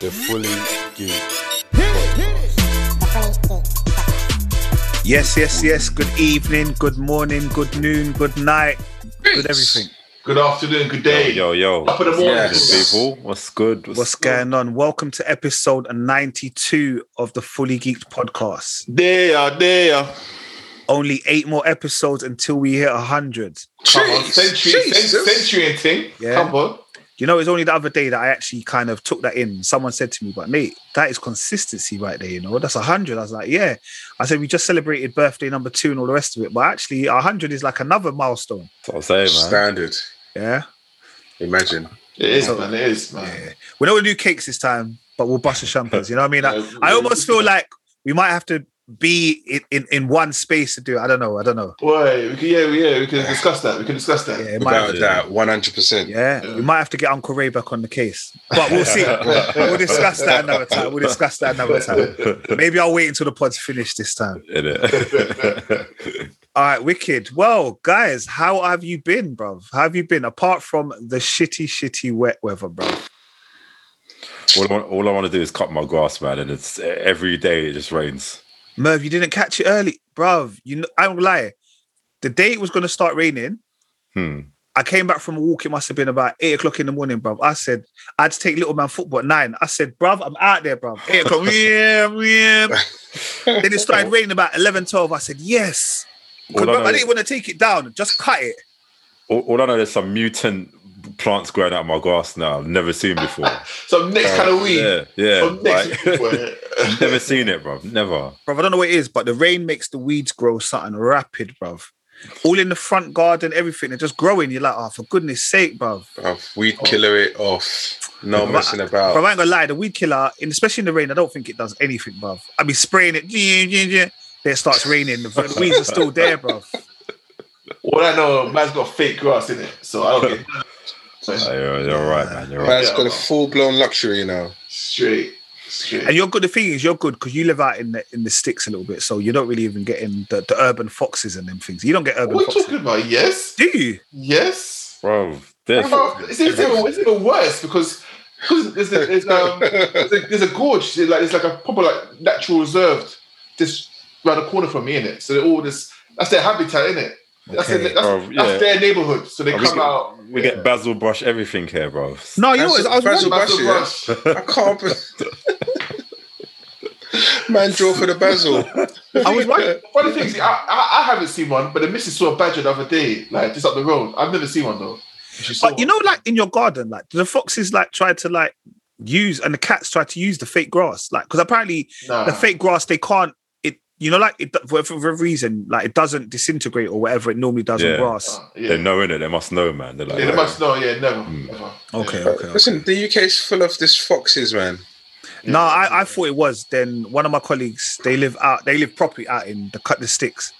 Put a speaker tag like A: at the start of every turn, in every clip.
A: the fully geek.
B: Yes, yes, yes. Good evening, good morning, good noon, good night, good everything.
C: Good afternoon, good day.
A: Yo, yo.
C: Up in the morning.
A: Yes, people. What's good?
B: What's going on? Welcome to episode 92 of the Fully Geeked podcast.
C: There, uh, there.
B: Only eight more episodes until we hit 100.
C: Come on, century, cen- century and thing.
B: Yeah.
C: Come on.
B: You know, it was only the other day that I actually kind of took that in. Someone said to me, but Nate, that is consistency right there, you know, that's 100. I was like, yeah. I said, we just celebrated birthday number two and all the rest of it. But actually, 100 is like another milestone.
A: That's what I'm saying, man.
D: Standard.
B: Yeah.
D: Imagine.
C: It is,
B: Yeah.
C: man. It is, man.
B: Yeah. We're not going to do cakes this time, but we'll bust the champers. You know what I mean? Like, I almost feel like we might have to be in, in, in one space to do it. I don't know. I don't know.
C: Boy, we can, yeah, we- yeah, we can discuss that. We can discuss that.
B: Yeah,
C: Yeah.
B: it might
D: Without
B: have
D: a
B: to,
D: doubt, 100%.
B: yeah, we might have to get Uncle Ray back on the case, but we'll see. we'll discuss that another time. We'll discuss that another time. Maybe I'll wait until the pod's finished this time.
A: Innit?
B: All right, wicked. Well, guys, how have you been, bruv? How have you been apart from the shitty, shitty wet weather, bruv?
A: all, I want, all I want to do is cut my grass, man, and it's e, every day it just rains.
B: Merv, you didn't catch it early, bruv. You, know, I don't lie. The day it was going to start raining,
A: Hmm.
B: I came back from a walk. It must have been about eight o'clock in the morning, bruv. I said, I had to take little man football at nine. I said, bruv, I'm out there, bruv. Eight o'clock. yeah, yeah. then it started raining about 11, 12. I said, yes. 'Cause,
A: All I,
B: bruv,
A: know
B: I
A: is,
B: didn't want to take it down. Just cut it.
A: all, all I know is some mutant plants growing out of my grass now. I've never seen before.
C: Some next kind of weed.
A: yeah, yeah.
C: Some next
A: like-
C: weed.
A: never seen it, bro. Never.
B: Bruv, I don't know what it is, but the rain makes the weeds grow something rapid, bruv. All in the front garden, everything. They're just growing. You're like, oh, for goodness sake, bruv.
D: Bruv, Oh, we'd
B: Oh.
D: killer it off. No
B: Bruv,
D: messing
B: Bruv,
D: about.
B: I ain't gonna lie, the weed killer, in, especially in the rain, I don't think it does anything, bruv. I be spraying it, then it starts raining. The weeds are still there, bruv.
C: All I know, man's got fake grass in it, so I don't get none.
A: Oh,
C: so
A: you're, you're all right, man. You're all right.
D: Man's got a full blown luxury now.
C: straight, straight.
B: And you're good. The thing is, you're good because you live out in the in the sticks a little bit, so you don't really even get in the, the urban foxes and them things. You don't get urban
C: what are you
B: foxes,
C: talking about? Yes,
B: do you?
C: yes.
A: Bro, this.
C: Bro, it's, even, it's even- it's even worse because because there's a, there's, um, there's, a, there's a gorge, there's like it's like a proper like natural reserve just around the corner from me in it. So they're all this that's their habitat in it. That's,
B: Okay,
C: their, that's,
A: bro, yeah.
C: that's their neighborhood. So they
A: Oh, we
C: come
A: get-
C: out.
A: We get basil brush everything here, bro.
B: No, you know what? it is? I was
D: Basil
B: wondering.
D: Basil
C: Basil brush.
D: I can't. Man, draw for the basil.
B: I was wondering.
C: Funny thing is, I, I, I haven't seen one, but the missus saw a badger the other day, like just up the road. I've never seen one though. She saw
B: But you know, like in your garden, like do the foxes like try to like use, and the cats try to use the fake grass, like because apparently
C: one.
B: the
C: Nah.
B: fake grass they can't. It you know, like it, for whatever reason, like it doesn't disintegrate or whatever it normally does
A: Yeah.
B: on grass.
C: Uh,
A: They
C: yeah.
A: know innit? They must know, man. They're like,
C: Yeah, they
A: "Oh,
C: must know. Yeah, never.
A: Hmm.
C: never.
B: Okay,
D: But
B: okay. okay.
D: Listen, the UK's full of this foxes, man.
B: No, I, I thought it was. Then one of my colleagues, they live out, they live properly out in the cut the sticks,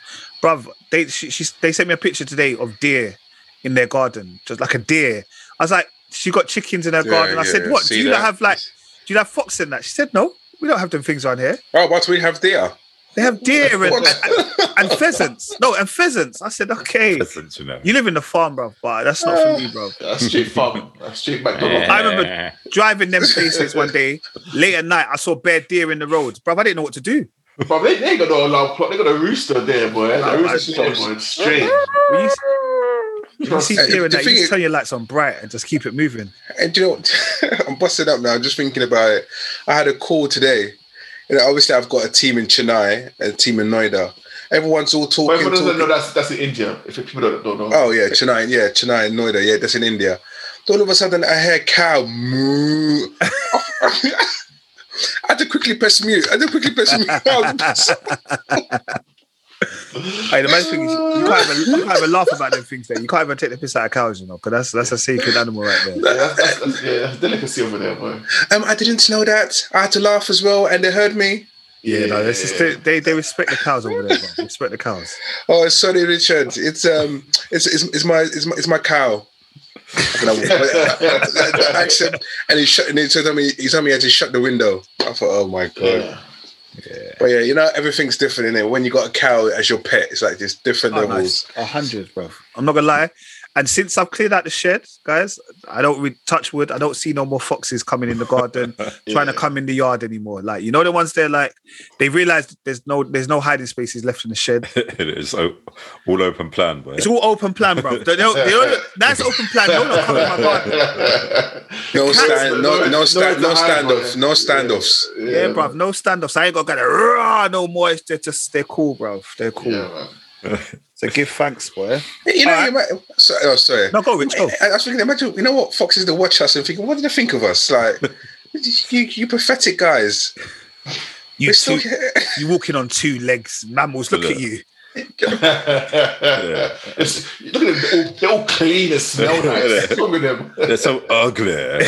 B: bruv. They she, she they sent me a picture today of deer in their garden, just like a deer. I was like, she got chickens in her garden. I said, what? Do you not have like? Do you have fox in that? She said, no, we don't have them things around here.
D: Oh, but we have deer.
B: They have deer and,
D: What?
B: and, and pheasants. No, and pheasants. I said, okay,
A: peasants, you know.
B: you live in the farm, bruv, but that's not for me, bruv.
C: That's straight farm. That's straight McDonald's.
B: I remember- Driving them places one day late at night, I saw bare deer in the roads, bruv. I didn't know what to do.
C: But they, they ain't got no alarm clock. They got a rooster there, boy.
B: Nah,
C: The rooster there,
D: that's-
C: boy. Straight.
B: When you You can see
D: Hey,
B: here and
D: the
B: that. You
D: thing
B: just
D: is-
B: turn your lights on bright and just keep it moving.
D: And do you know, what? I'm busting up now. Just thinking about it. I had a call today. You know, obviously I've got a team in Chennai, a team in Noida. Everyone's all
C: But
D: talking.
C: everyone doesn't know
D: talking.
C: that's that's in India. If people don't, don't know.
D: Oh yeah, Chennai, yeah, Chennai and Noida, yeah, that's in India. All of a sudden, I hear cow moo. I had to quickly press mute. I had to quickly press mute.
B: Hey, the main thing is you can't, even, you can't even laugh about them things. There, you can't even take the piss out of cows, you know, because that's that's a sacred animal right there.
C: Yeah, that's, that's, that's, yeah, that's delicacy over there, boy.
D: um, I didn't know that. I had to laugh as well, and they heard me.
B: Yeah, no, this is they, they they respect the cows over there. Bro. They Respect the cows.
D: Oh, sorry, Richard. It's um, it's it's, it's my it's my it's my cow. I don't know what- Accent, and he shut and he told me he told me I just shut the window. I thought, oh my god.
C: Yeah.
D: But yeah, you know everything's different in it. When you got a cow as your pet, it's like just different
B: Oh,
D: levels.
B: nice. A hundred, bro. I'm not gonna lie. And since I've cleared out the shed, guys, I don't really touch wood. I don't see no more foxes coming in the garden, trying to come in the yard anymore. Like you know, the ones they're like, they realized there's no there's no hiding spaces left in the shed.
A: it's o- oh, all open plan, but
B: It's all open plan, bro. They don't- they don't- that's open plan. No one come in my garden.
D: No
B: Cats-
D: stand, no, no, stand, no
C: it's a high
D: standoff,
C: one.
D: no standoffs.
B: Yeah, bruv, no standoffs. I ain't got to rah, no more. They're just they're cool, bruv. They're cool.
C: Yeah, man.
B: So give thanks, boy.
D: You know,
B: Alright.
D: you might, so, oh, sorry.
B: No, go, Rich. Go.
D: I, I was thinking, imagine, you know what, foxes that watch us and thinking, what did they think of us? Like, you, you pathetic guys.
B: You
D: We're still
B: two,
D: here.
B: you walking on two legs, mammals. Look
A: Look.
B: at you.
C: It's- look at them. They're all, they're all clean and smell nice. Look at them.
A: they're so ugly.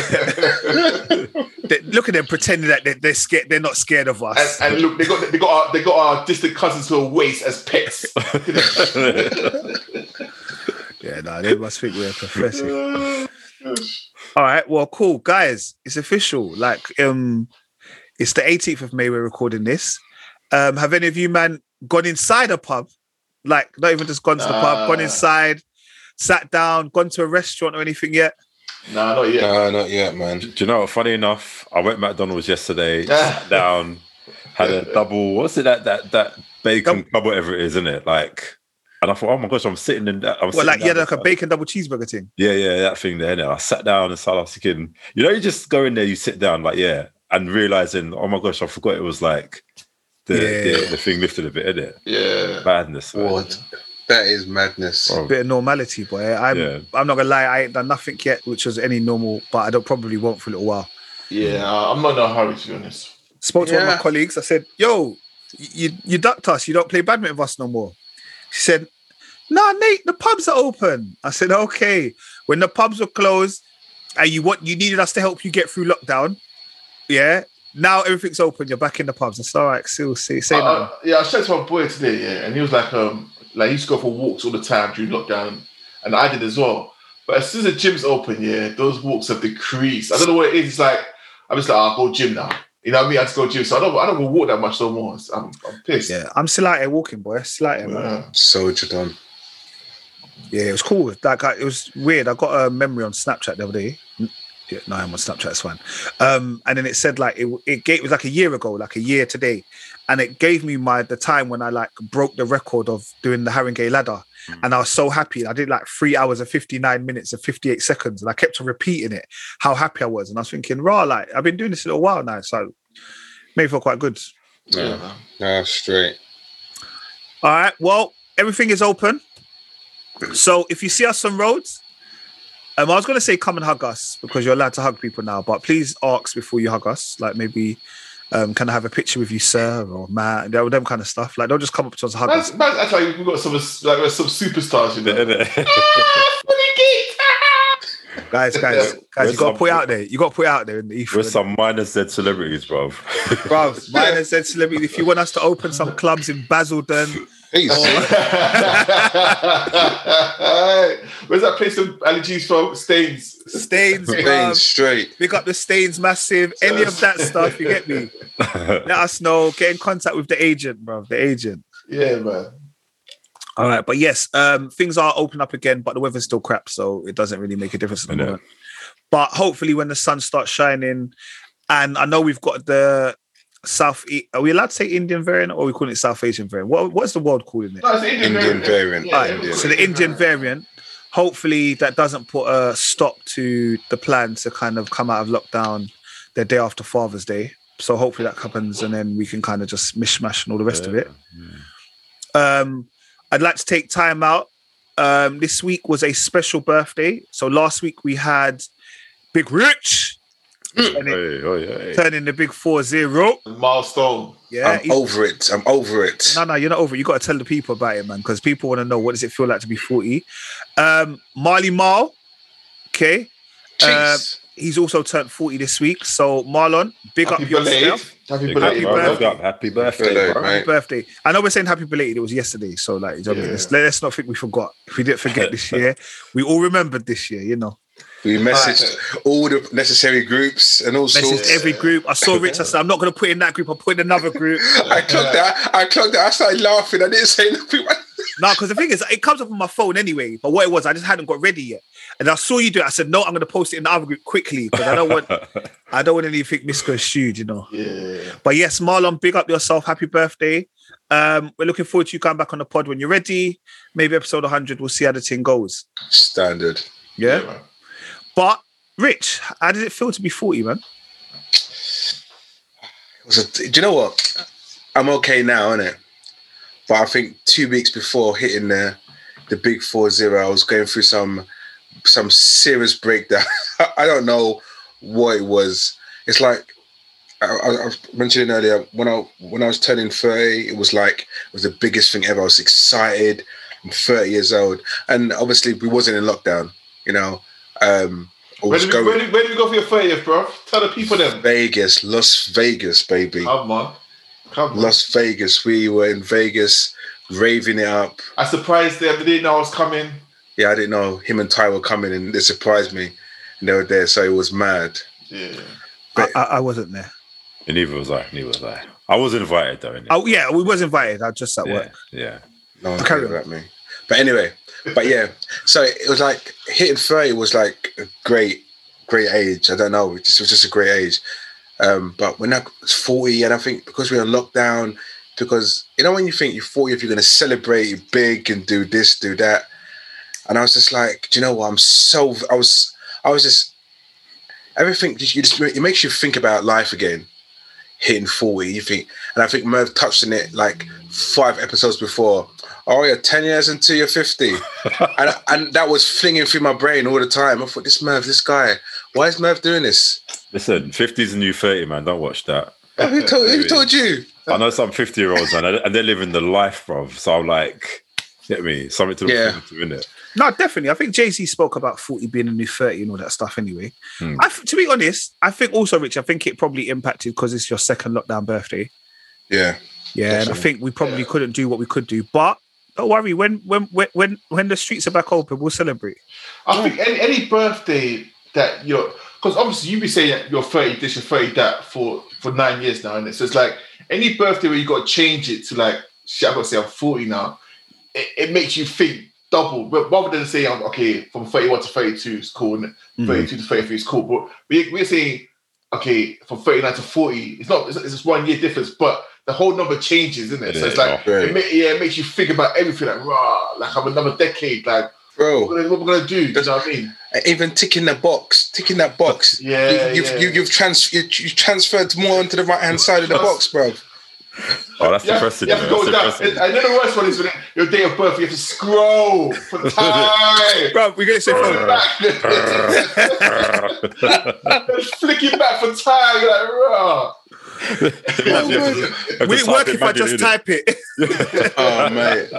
B: They- look at them pretending that they're, they're scared. They're not scared of
C: And,
B: us.
C: and look, they got they got our they got our distant cousins to a waist as pets.
B: yeah, no, they must think we're pathetic. All right, well, cool, guys. It's official. Like, um, it's the 18th of May. We're recording this. Um, have any of you, man, gone inside a pub? Like, not even just gone to the pub, gone
C: Nah.
B: inside, sat down, gone to a restaurant or anything yet?
C: nah, not yet.
D: No, not yet, man.
A: Do you know? what? Funny enough, I went McDonald's yesterday.
B: Ah.
A: sat down, had a double. What's it that that that bacon club, whatever it is, isn't it? Like, and I thought, oh my gosh, I'm sitting in that. I'm
B: Well,
A: sitting
B: like, you had
A: down
B: like a
A: this-
B: bacon double cheeseburger thing.
A: Yeah, yeah, that thing there. innit? I sat down and started asking. You know, you just go in there, you sit down, like yeah, and realizing, oh my gosh, I forgot it was like the
B: Yeah.
A: the, the thing lifted a bit, isn't it?
C: Yeah.
A: Madness. man.
D: What? That is madness.
A: Bro,
B: Bit of normality, boy. I'm,
A: Yeah.
B: I'm not gonna lie, I ain't done nothing yet, which was any normal, but I don't probably won't for a little while.
C: Yeah, I'm not in a hurry to be honest.
B: spoke to one of
D: Yeah.
B: my colleagues. I said, "Yo, y- you you ducked us. You don't play badminton with us no more." She said, "Nah, Nate, the pubs are open." I said, "Okay." When the pubs were closed, and you want you needed us to help you get through lockdown, yeah. Now everything's open. You're back in the pubs. I said, "All right, still say say
C: I- I-
B: nothing."
C: uh, yeah, I spoke to my boy today, yeah, and he was like, um, like he used to go for walks all the time during lockdown, and I did as well. But as soon as the gym's open, yeah, those walks have decreased. I don't know what it is. It's like I'm just like, "Ah, I'll go gym now. You know what I mean? I just go gym, so I don't, I don't go walk that much no more. It's- I'm, I'm pissed. uh,
B: Yeah, I'm still out here walking, boy. Still out here, man.
C: Yeah.
D: Soldier done.
B: Yeah, it was cool. Like I, it was weird. I got a memory on Snapchat the other day. N- Yeah, no, I'm on Snapchat. It's fine. Um, and then it said like it it, gave, it was like a year ago, like a year today, and it gave me my the time when I like broke the record of doing the Haringey ladder, and I was so happy. I did like three hours and fifty nine minutes and fifty eight seconds, and I kept on repeating it how happy I was, and I was thinking, raw, like I've been doing this a little while now, so made me feel quite good.
D: Yeah.
C: Yeah, man.
D: Ah, straight.
B: All right. Well, everything is open. So if you see us on roads, um, I was gonna say come and hug us because you're allowed to hug people now, but please ask before you hug us. Like maybe, um, can I have a picture with you, sir, or man, them them kind of stuff. Like don't just come up to us and hug us.
C: That's, that's, that's like we've got some like we're some superstars, you
A: Yeah,
C: know.
A: innit?
B: guys, guys, guys, you
A: Where's
B: gotta
A: some-
B: put it out there. You gotta put it out there in the ether.
A: We're some minor Z celebrities, bro.
B: Bro, mine has said celebrity. If you want us to open some clubs in Basildon,
D: Hey,
C: Where's that place of allergies from? Stains.
B: Staines,
D: Bang,
B: Club,
D: straight.
B: Pick up the stains massive, any of that stuff, you get me? Let us know. Get in contact with the agent, bro. The agent.
C: Yeah, man.
B: All right, but yes, um, things are open up again, but the weather's still crap, so it doesn't really make a difference at the
A: I know.
B: moment. But hopefully, when the sun starts shining, and I know we've got the South, E- are we allowed to say Indian variant, or are we calling it South Asian variant? What what's the world calling it?
C: No, it's the Indian,
D: Indian variant.
C: Yeah,
B: All right,
C: Indian.
B: So the Indian variant. Hopefully, that doesn't put a stop to the plan to kind of come out of lockdown the day after Father's Day. So hopefully that happens, and then we can kind of just mishmash and all the rest of it. Um, I'd like to take time out. Um, this week was a special birthday. So last week we had Big Rich turning,
A: Oi, oi, oi.
B: turning the big four zero.
C: Milestone.
B: Yeah.
D: I'm
B: he's-
D: over it. I'm over it.
B: No, no, you're not over. it. You got to tell the people about it, man, because people want to know what does it feel like to be 40. Um, Marley Marl, okay,
D: Jeez.
B: he's also turned 40 this week. So Marlon, big
C: Happy
B: up yourself.
C: belated. Happy
A: Big up,
B: Happy
C: belated,
A: bro.
C: bro.
B: birthday.
A: Big up. Happy birthday,
D: Hello,
A: bro.
D: mate.
B: Happy birthday. I know we're saying happy belated. It was yesterday. So, like, you know what I mean?
C: Yeah.
B: let's, let's not think we forgot. If we didn't forget this year, we all remembered this year, you know.
D: we messaged all the necessary groups and all
B: Messaged
D: sorts.
B: every group. I saw Rich. I said, I'm not going to put in that group. I'll put in another group.
D: I clocked that. I clocked that. I started laughing. I didn't say nothing.
B: No, because the thing is, it comes up on my phone anyway. But what it was, I just hadn't got ready yet, and I saw you do it. I said, "No, I'm going to post it in the other group quickly because I don't want, I don't want anything misconstrued, you know."
C: Yeah.
B: But yes, Marlon, big up yourself. Happy birthday. Um, we're looking forward to you coming back on the pod when you're ready. Maybe episode 100. We'll see how the thing goes.
D: Standard.
B: Yeah.
C: man.
B: But Rich, how did it feel to be 40, man?
D: It was a- do you know what? I'm okay now, innit? But I think two weeks before hitting the the big four zero, I was going through some some serious breakdown. I don't know what it was. It's like I, I, I was mentioning earlier when I when I was turning thirty, it was like it was the biggest thing ever. I was excited. I'm thirty years old, and obviously we wasn't in lockdown. You know, um, I
C: Where
D: was
C: did, we, where,
D: going
C: did, where did we go for your 30th, bro? Tell the people then.
D: Vegas, Las Vegas, baby.
C: Come on. Come on.
D: Las Vegas. We were in Vegas raving it up.
C: I surprised them. They didn't know I was coming.
D: Yeah, I didn't know him and Ty were coming, and it surprised me. And they were there, so it was mad.
C: Yeah.
B: I,
D: But-
B: I, I wasn't there.
A: And neither was I. Neither was I. I was invited though. innit?
B: Oh, yeah, we was invited. I was just at
A: yeah,
B: work.
A: yeah.
D: No one
B: Carry
D: cared about me. But anyway, but yeah, so it was like hitting thirty was like a great, great age. I don't know, it just it was just a great age. Um, but when I was forty, and I think because we were in lockdown, because you know when you think you're forty, if you're going to celebrate big and do this, do that, and I was just like, do you know what? I'm so I was I was just everything. Just, you just it makes you think about life again. Hitting forty, you think, and I think Merv touched on it like five episodes before oh yeah, 10 years until you're 50. and, and that was flinging through my brain all the time. I thought, this Merv, this guy, why is Merv doing this?
A: Listen, 50's a new 30, man. Don't watch that.
D: Who told, who told you?
A: I know some 50 year olds, man, and they're living the life, bruv. So I'm like, get me something to look
D: Yeah.
A: forward to, innit?
B: No, definitely. I think Jay Z spoke about 40 being a new 30 and all that stuff anyway.
A: Hmm.
B: I th- to be honest, I think also, Rich, I think it probably impacted because it's your second lockdown birthday.
D: Yeah.
B: Yeah, and I
D: Definitely.
B: think we probably couldn't do what we could do. But don't worry, when when when- when when the streets are back open, we'll celebrate.
C: I think any, any birthday that you're, because obviously you be saying that you're 30 this, you're 30 that for, for nine years now, innit? So it's like any birthday where you got to change it to like, shit, I've got to say I'm 40 now, it, it makes you think double. But rather than saying, I'm okay, from 31 to 32 is cool, innit?
A: Mm-hmm.
C: 32 to 33 is cool. But we, we're saying, okay, from 39 to 40, it's not, it's, it's just one year difference, but the whole number changes, isn't it? so it's
A: Yeah.
C: like, it, ma- yeah, it makes you think about everything, like, rah, like I'm another decade, like,
D: Bro,
C: what we're gonna do. You know what I mean?
D: even ticking the box, ticking that box.
C: Yeah,
D: you, you've,
C: yeah.
D: You, you've, trans, you, you've transferred more onto the right hand side of the box, bro.
A: Oh, that's
C: Yeah,
A: depressing.
C: you have to go
A: innit? That's
C: down.
A: depressing.
C: I know the worst one is when your day of birth. You have to scroll for time.
B: Bro, we're gonna say
C: Scroll back. Flick it back for time. You're like, rah.
B: Will it work if I just type it?
D: Oh, mate.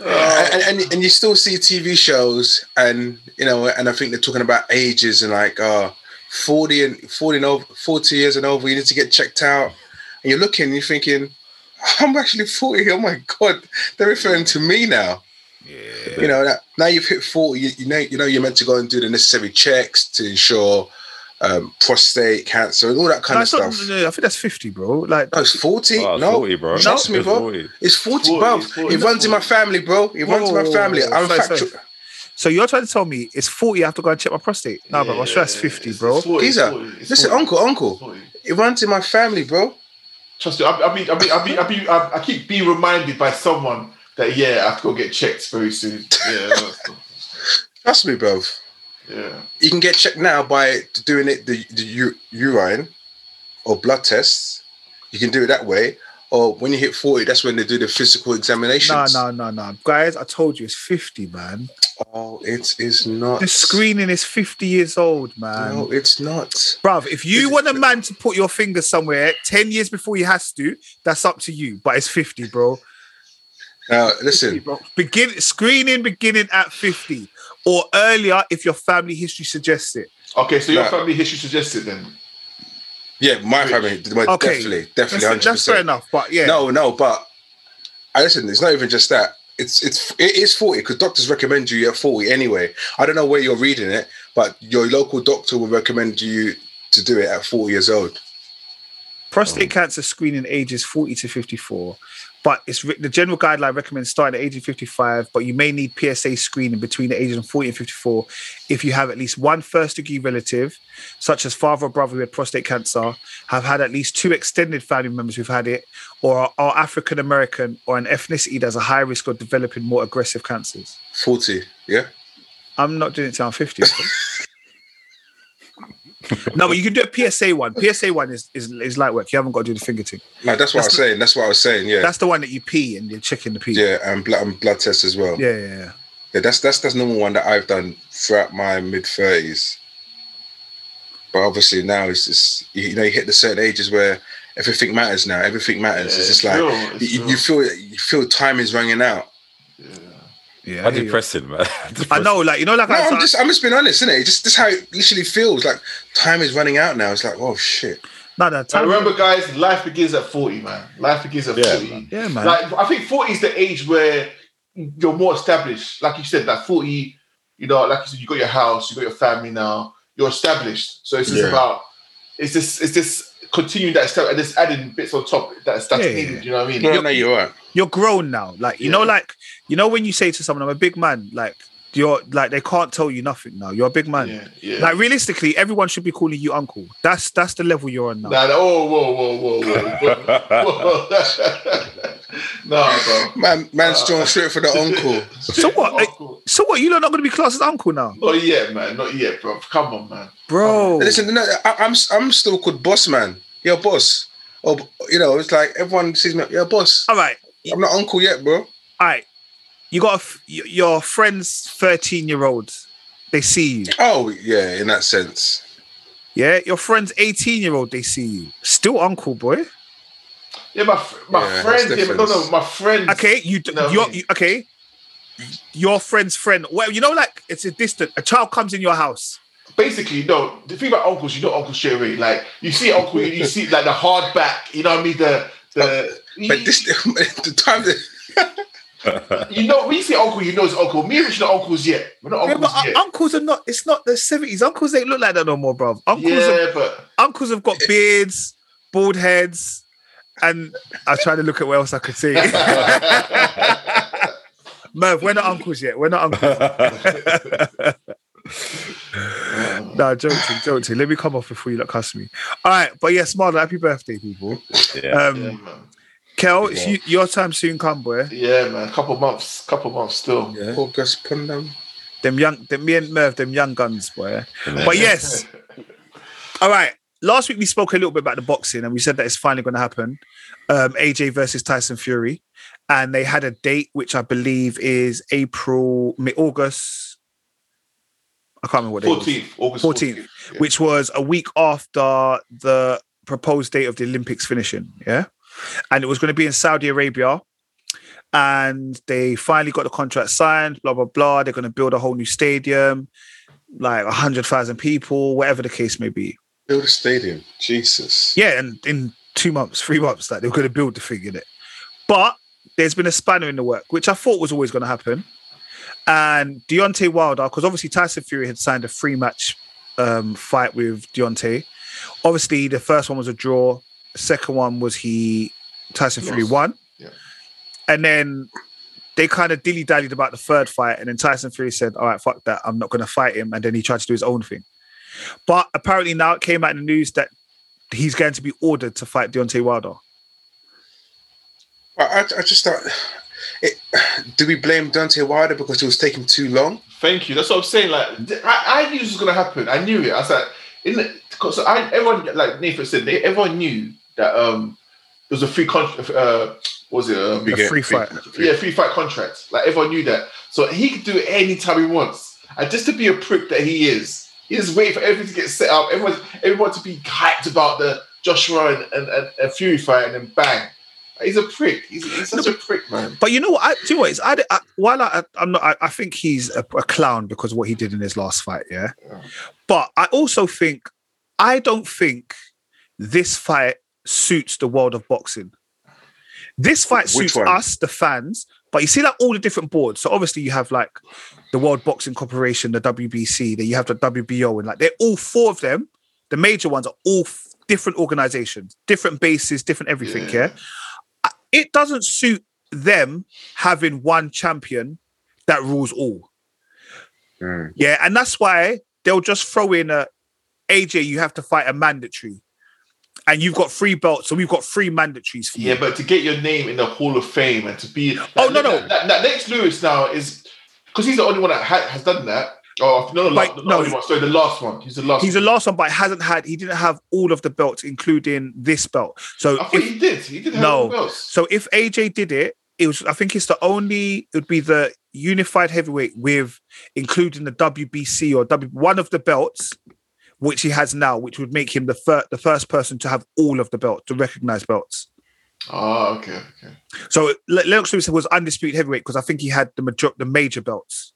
C: Oh,
D: and, and, and you still see TV shows, and you know, and I think they're talking about ages and like uh, forty and forty and over, forty years and over, you need to get checked out. And you're looking, and you're thinking, I'm actually forty. Oh my god, they're referring to me now. Yeah. You know, that- now you've hit forty. You, you know, you know, you're meant to go and do the necessary checks to ensure um, prostate cancer and all that kind
B: No,
D: of
B: it's not-
D: stuff.
B: no, no, I think that's 50, bro. Like
D: No, it's forty.
A: Oh,
D: no,
A: 40, bro.
D: trust me,
A: It's
D: bro.
A: 40.
D: It's forty,
C: 40,
D: bro.
C: it's 40.
D: It runs in my family, bro. It runs in my
B: Whoa,
D: family. I'm
B: sorry, sorry.
D: factual.
B: So you're trying to tell me it's 40, I have to go and check my prostate. No, bro,
C: yeah,
B: I'm sure that's 50, bro.
C: It's 40, it's
D: Giza,
C: 40, it's
D: Listen,
C: 40,
D: uncle,
C: it's
D: uncle,
C: 40.
D: it runs in my family, bro.
C: Trust you. I, I mean, I mean, I mean, I, mean I, I keep being reminded by someone that yeah, I have to go get checked very soon. Yeah, that's cool.
D: Trust me, bro.
C: yeah.
D: You can get checked now by doing it the, the u- urine or blood tests. You can do it that way. Or when you hit 40, that's when they do the physical
B: No,
D: examinations.
B: no, no, no. Guys, I told you it's 50, man.
D: Oh, it is not.
B: The screening is 50 years old, man.
D: No, it's not.
B: Bruv, if you want a man to put your finger somewhere 10 years before he has to, that's up to you. But it's 50, bro.
D: Now, listen,
B: bro. Begin screening beginning at 50 or earlier if your family history suggests it.
C: Okay, so your
D: Nah.
C: family history suggests it then.
D: yeah, my family, well,
B: Okay.
D: definitely, definitely, 100%.
B: That's, that's fair enough, but yeah.
D: No, no, but I listen. It's not even just that. It's it's it is forty because doctors recommend you at forty anyway. I don't know where you're reading it, but your local doctor will recommend you to do it at forty years old.
B: Prostate cancer screening ages 40 to 54, but it's re- the general guideline recommends starting at age of 55, but you may need PSA screening between the ages of 40 and 54 if you have at least one first degree relative, such as father or brother who had prostate cancer, have had at least two extended family members who've had it, or are, are African American or an ethnicity that's a high risk of developing more aggressive cancers.
D: 40, yeah?
B: I'm not doing it till I'm 50. no, but you can do a PSA one. PSA one is, is is light work. You haven't got to do the finger thing.
D: No, that's what I
B: That's
D: was saying. That's what I was saying, yeah.
B: That's the one that you pee and you're checking the pee.
D: yeah, and blood, and blood tests as well.
B: yeah, yeah. yeah.
D: Yeah, that's that's that's normal one that I've done throughout my mid thirties. But obviously now it's just you, you know you hit the certain ages where everything matters now. Everything matters. it's just like
C: real, it's
D: you,
C: real.
D: you feel you feel time is running out.
B: yeah
A: How
B: I hear you.
A: depressing, man.
B: I know, like you know, like
D: No,
B: I,
D: I'm just I'm just being honest, isn't it? It's just this how it literally feels like time is running out now. It's like oh shit.
B: no, no,
C: I
B: time,
C: remember, guys, life begins at 40, man. Life begins at
A: Yeah,
C: 40.
A: man.
B: yeah, man.
C: Like, I think 40 is the age where you're more established. Like you said, like 40, you know, like you said, you got your house, you got your family now, you're established. So it's just
D: Yeah.
C: about, it's just, it's just continuing that step and just adding bits on top that's, that's
B: Yeah,
C: needed.
B: yeah.
C: You know what I mean?
D: No, no, you're right.
B: you're grown now. Like you
C: Yeah.
B: know, like you know, when you say to someone, "I'm a big man," like you're like they can't tell you nothing now. You're a big man.
C: Yeah, yeah.
B: Like realistically, everyone should be calling you uncle. That's that's the level you're on now.
C: Nah, nah, oh, whoa, whoa, whoa, whoa. whoa. nah, bro.
D: Man, man's drawn straight for the uncle.
B: So what?
C: Oh,
B: eh,
C: cool.
B: So what? You're not going to be classed as uncle now,
C: Not yet, man. Not yet, bro. Come on, Oh, man.
B: bro.
D: Listen, no, I, I'm I'm still called boss man. Yo, boss. Or you know, it's like everyone sees me. Yo, boss.
B: All right,
D: I'm not uncle yet, bro.
B: all right. You got a f- y- your friend's thirteen year old. They see you.
D: Oh yeah, in that sense.
B: Yeah, your friend's eighteen year old. They see you. Still uncle, boy.
C: Yeah, my, fr- my
D: Yeah, that's
C: friend. Yeah, no, no,
D: difference.
C: my friend.
B: Okay, you, d-
C: No,
B: your,
C: me.
B: you okay. Your friend's friend. Well, you know, like it's a distant. A child comes in your house.
C: basically, no. The thing about uncles, you know, uncle straight away. Like you see uncle, you, you see like the hard back. You know what I mean? The the.
D: But this the time that
C: you know, when you see uncle, you know it's uncle. Me and Richard are uncles yet. We're not
B: Yeah,
C: uncles
B: but uh, un-
C: yet.
B: uncles are not. It's not the seventies. Uncles ain't look like that no more, bro. Uncles, have,
C: yeah, but
B: uncles have got beards, bald heads, and I was trying to look at what else I could see. Merv, we're not uncles yet. We're not uncles. no, joking, joking. Let me come off before you look cuss me. All right, but yeah, Marlon, happy birthday, people.
A: Yeah.
C: yeah,
B: Um,
C: man.
B: Kel, it's you, your time soon come, boy.
C: Yeah, man. Couple months, couple months still.
D: August Pundam.
B: Them young, them, me and Merv, them young guns, boy. But yes, all right. Last week we spoke a little bit about the boxing, and we said that it's finally going to happen. Um, AJ versus Tyson Fury, and they had a date which I believe is April, mid August. I can't remember what date. it was.
C: Fourteenth, August
B: 14th,
C: fourteenth. Yeah.
B: which was a week after the proposed date of the Olympics finishing. Yeah. And it was going to be in Saudi Arabia. And they finally got the contract signed, blah, blah, blah. They're going to build a whole new stadium, like 100,000 people, whatever the case may be.
D: Build a stadium. Jesus.
B: Yeah. And in two months, three months, like they were going to build the thing in it. But there's been a spanner in the work, which I thought was always going to happen. And Deontay Wilder, because obviously Tyson Fury had signed a three match um, fight with Deontay. Obviously, the first one was a draw. The second one was he Tyson Fury
C: Lost.
B: won.
C: Yeah.
B: And then they kind of dilly dallied about the third fight, and then Tyson Fury said, "All right, fuck that, I'm not going to fight him." And then he tried to do his own thing. But apparently now it came out in the news that he's going to be ordered to fight Deontay Wilder.
D: I, I, I just thought. It, do we blame Dante Wilder because it was taking too long?
C: Thank you. That's what I'm saying. Like th- I, I knew this was gonna happen. I knew it. I was like, in the, cause I everyone like Nathan said, they, everyone knew that um it was a free contract. Uh, what was it um,
B: A
D: get-
B: free fight.
C: yeah free fight contract? Like everyone knew that, so he could do it anytime he wants. And just to be a prick that he is, he just waiting for everything to get set up. Everyone, everyone to be hyped about the Joshua and, and, and, and Fury fight, and then bang, he's a prick. He's, he's such a prick, man.
B: But you know what? I, do you know what? It's, I, I, while I, I'm not, I, I think he's a, a clown because of what he did in his last fight. Yeah?
C: Yeah.
B: But I also think, I don't think this fight suits the world of boxing. This fight
D: Which
B: suits
D: one?
B: us, the fans. But you see, like all the different boards. So obviously, you have like the World Boxing Corporation, the WBC, then you have the WBO, and like they're all four of them. The major ones are all f- different organizations, different bases, different everything.
C: Yeah.
B: Yeah. I- It doesn't suit them having one champion that rules all.
D: Mm.
B: Yeah. And that's why they'll just throw in a AJ, you have to fight a mandatory. And you've got three belts, so we've got three mandatories for you.
C: Yeah, but to get your name in the Hall of Fame and to be
B: Oh, no,
C: that,
B: no.
C: that, that, next Lewis now is because he's the only one that ha- has done that. Oh no, no,
B: Like,
C: not the
B: no.
C: only one. Sorry, the last one. He's the last.
B: He's the
C: one.
B: last one, but hasn't had. He didn't have all of the belts, including this belt. So
C: I thought
B: if
C: he did. He did have
B: No.
C: no. else.
B: So if AJ did it, it was I think it's the only it would be the unified heavyweight with including the WBC or W one of the belts which he has now, which would make him the first the first person to have all of the belts, the recognized belts.
C: Oh, okay, okay.
B: So Le- Lennox Lewis was undisputed heavyweight because I think he had the major the major belts.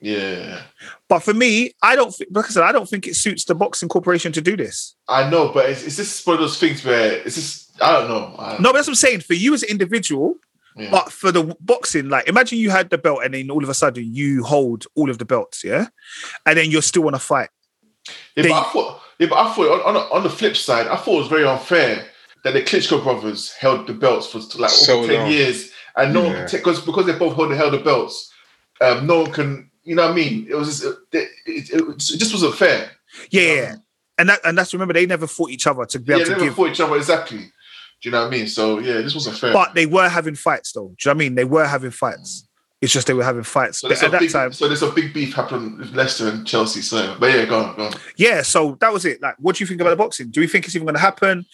C: Yeah,
B: But for me, I don't think like I said, I don't think it suits the boxing corporation to do this.
C: I know, but it's, it's just one of those things where it's just I don't know. I,
B: No, but that's what I'm saying. For you as an individual,
C: yeah.
B: But for the boxing, like imagine you had the belt and then all of a sudden you hold all of the belts, yeah, and then you're still on a fight.
C: Yeah,
B: They-
C: but I thought, yeah, but I thought on, on, on the flip side, I thought it was very unfair that the Klitschko brothers held the belts for like
D: So
C: over ten
D: long.
C: years, and no one
D: Yeah.
C: could take because because they both held, held the belts, um, no one can. You know what I mean? It was just, it, it, it, was- it just wasn't fair.
B: Yeah, yeah, yeah. and that and that's remember they never fought each other to be
C: Yeah,
B: able
C: they
B: to
C: never
B: give,
C: fought each other exactly. Do you know what I mean? So yeah, this wasn't fair.
B: but they were having fights though. Do you know what I mean? They were having fights. It's just they were having fights
C: so
B: But
C: there's, a
B: at that
C: big,
B: time.
C: so there's a big beef happening with Leicester and Chelsea. So, but yeah, go on, go on.
B: Yeah, so that was it. Like, what do you think about the boxing? Do we think it's even going to happen?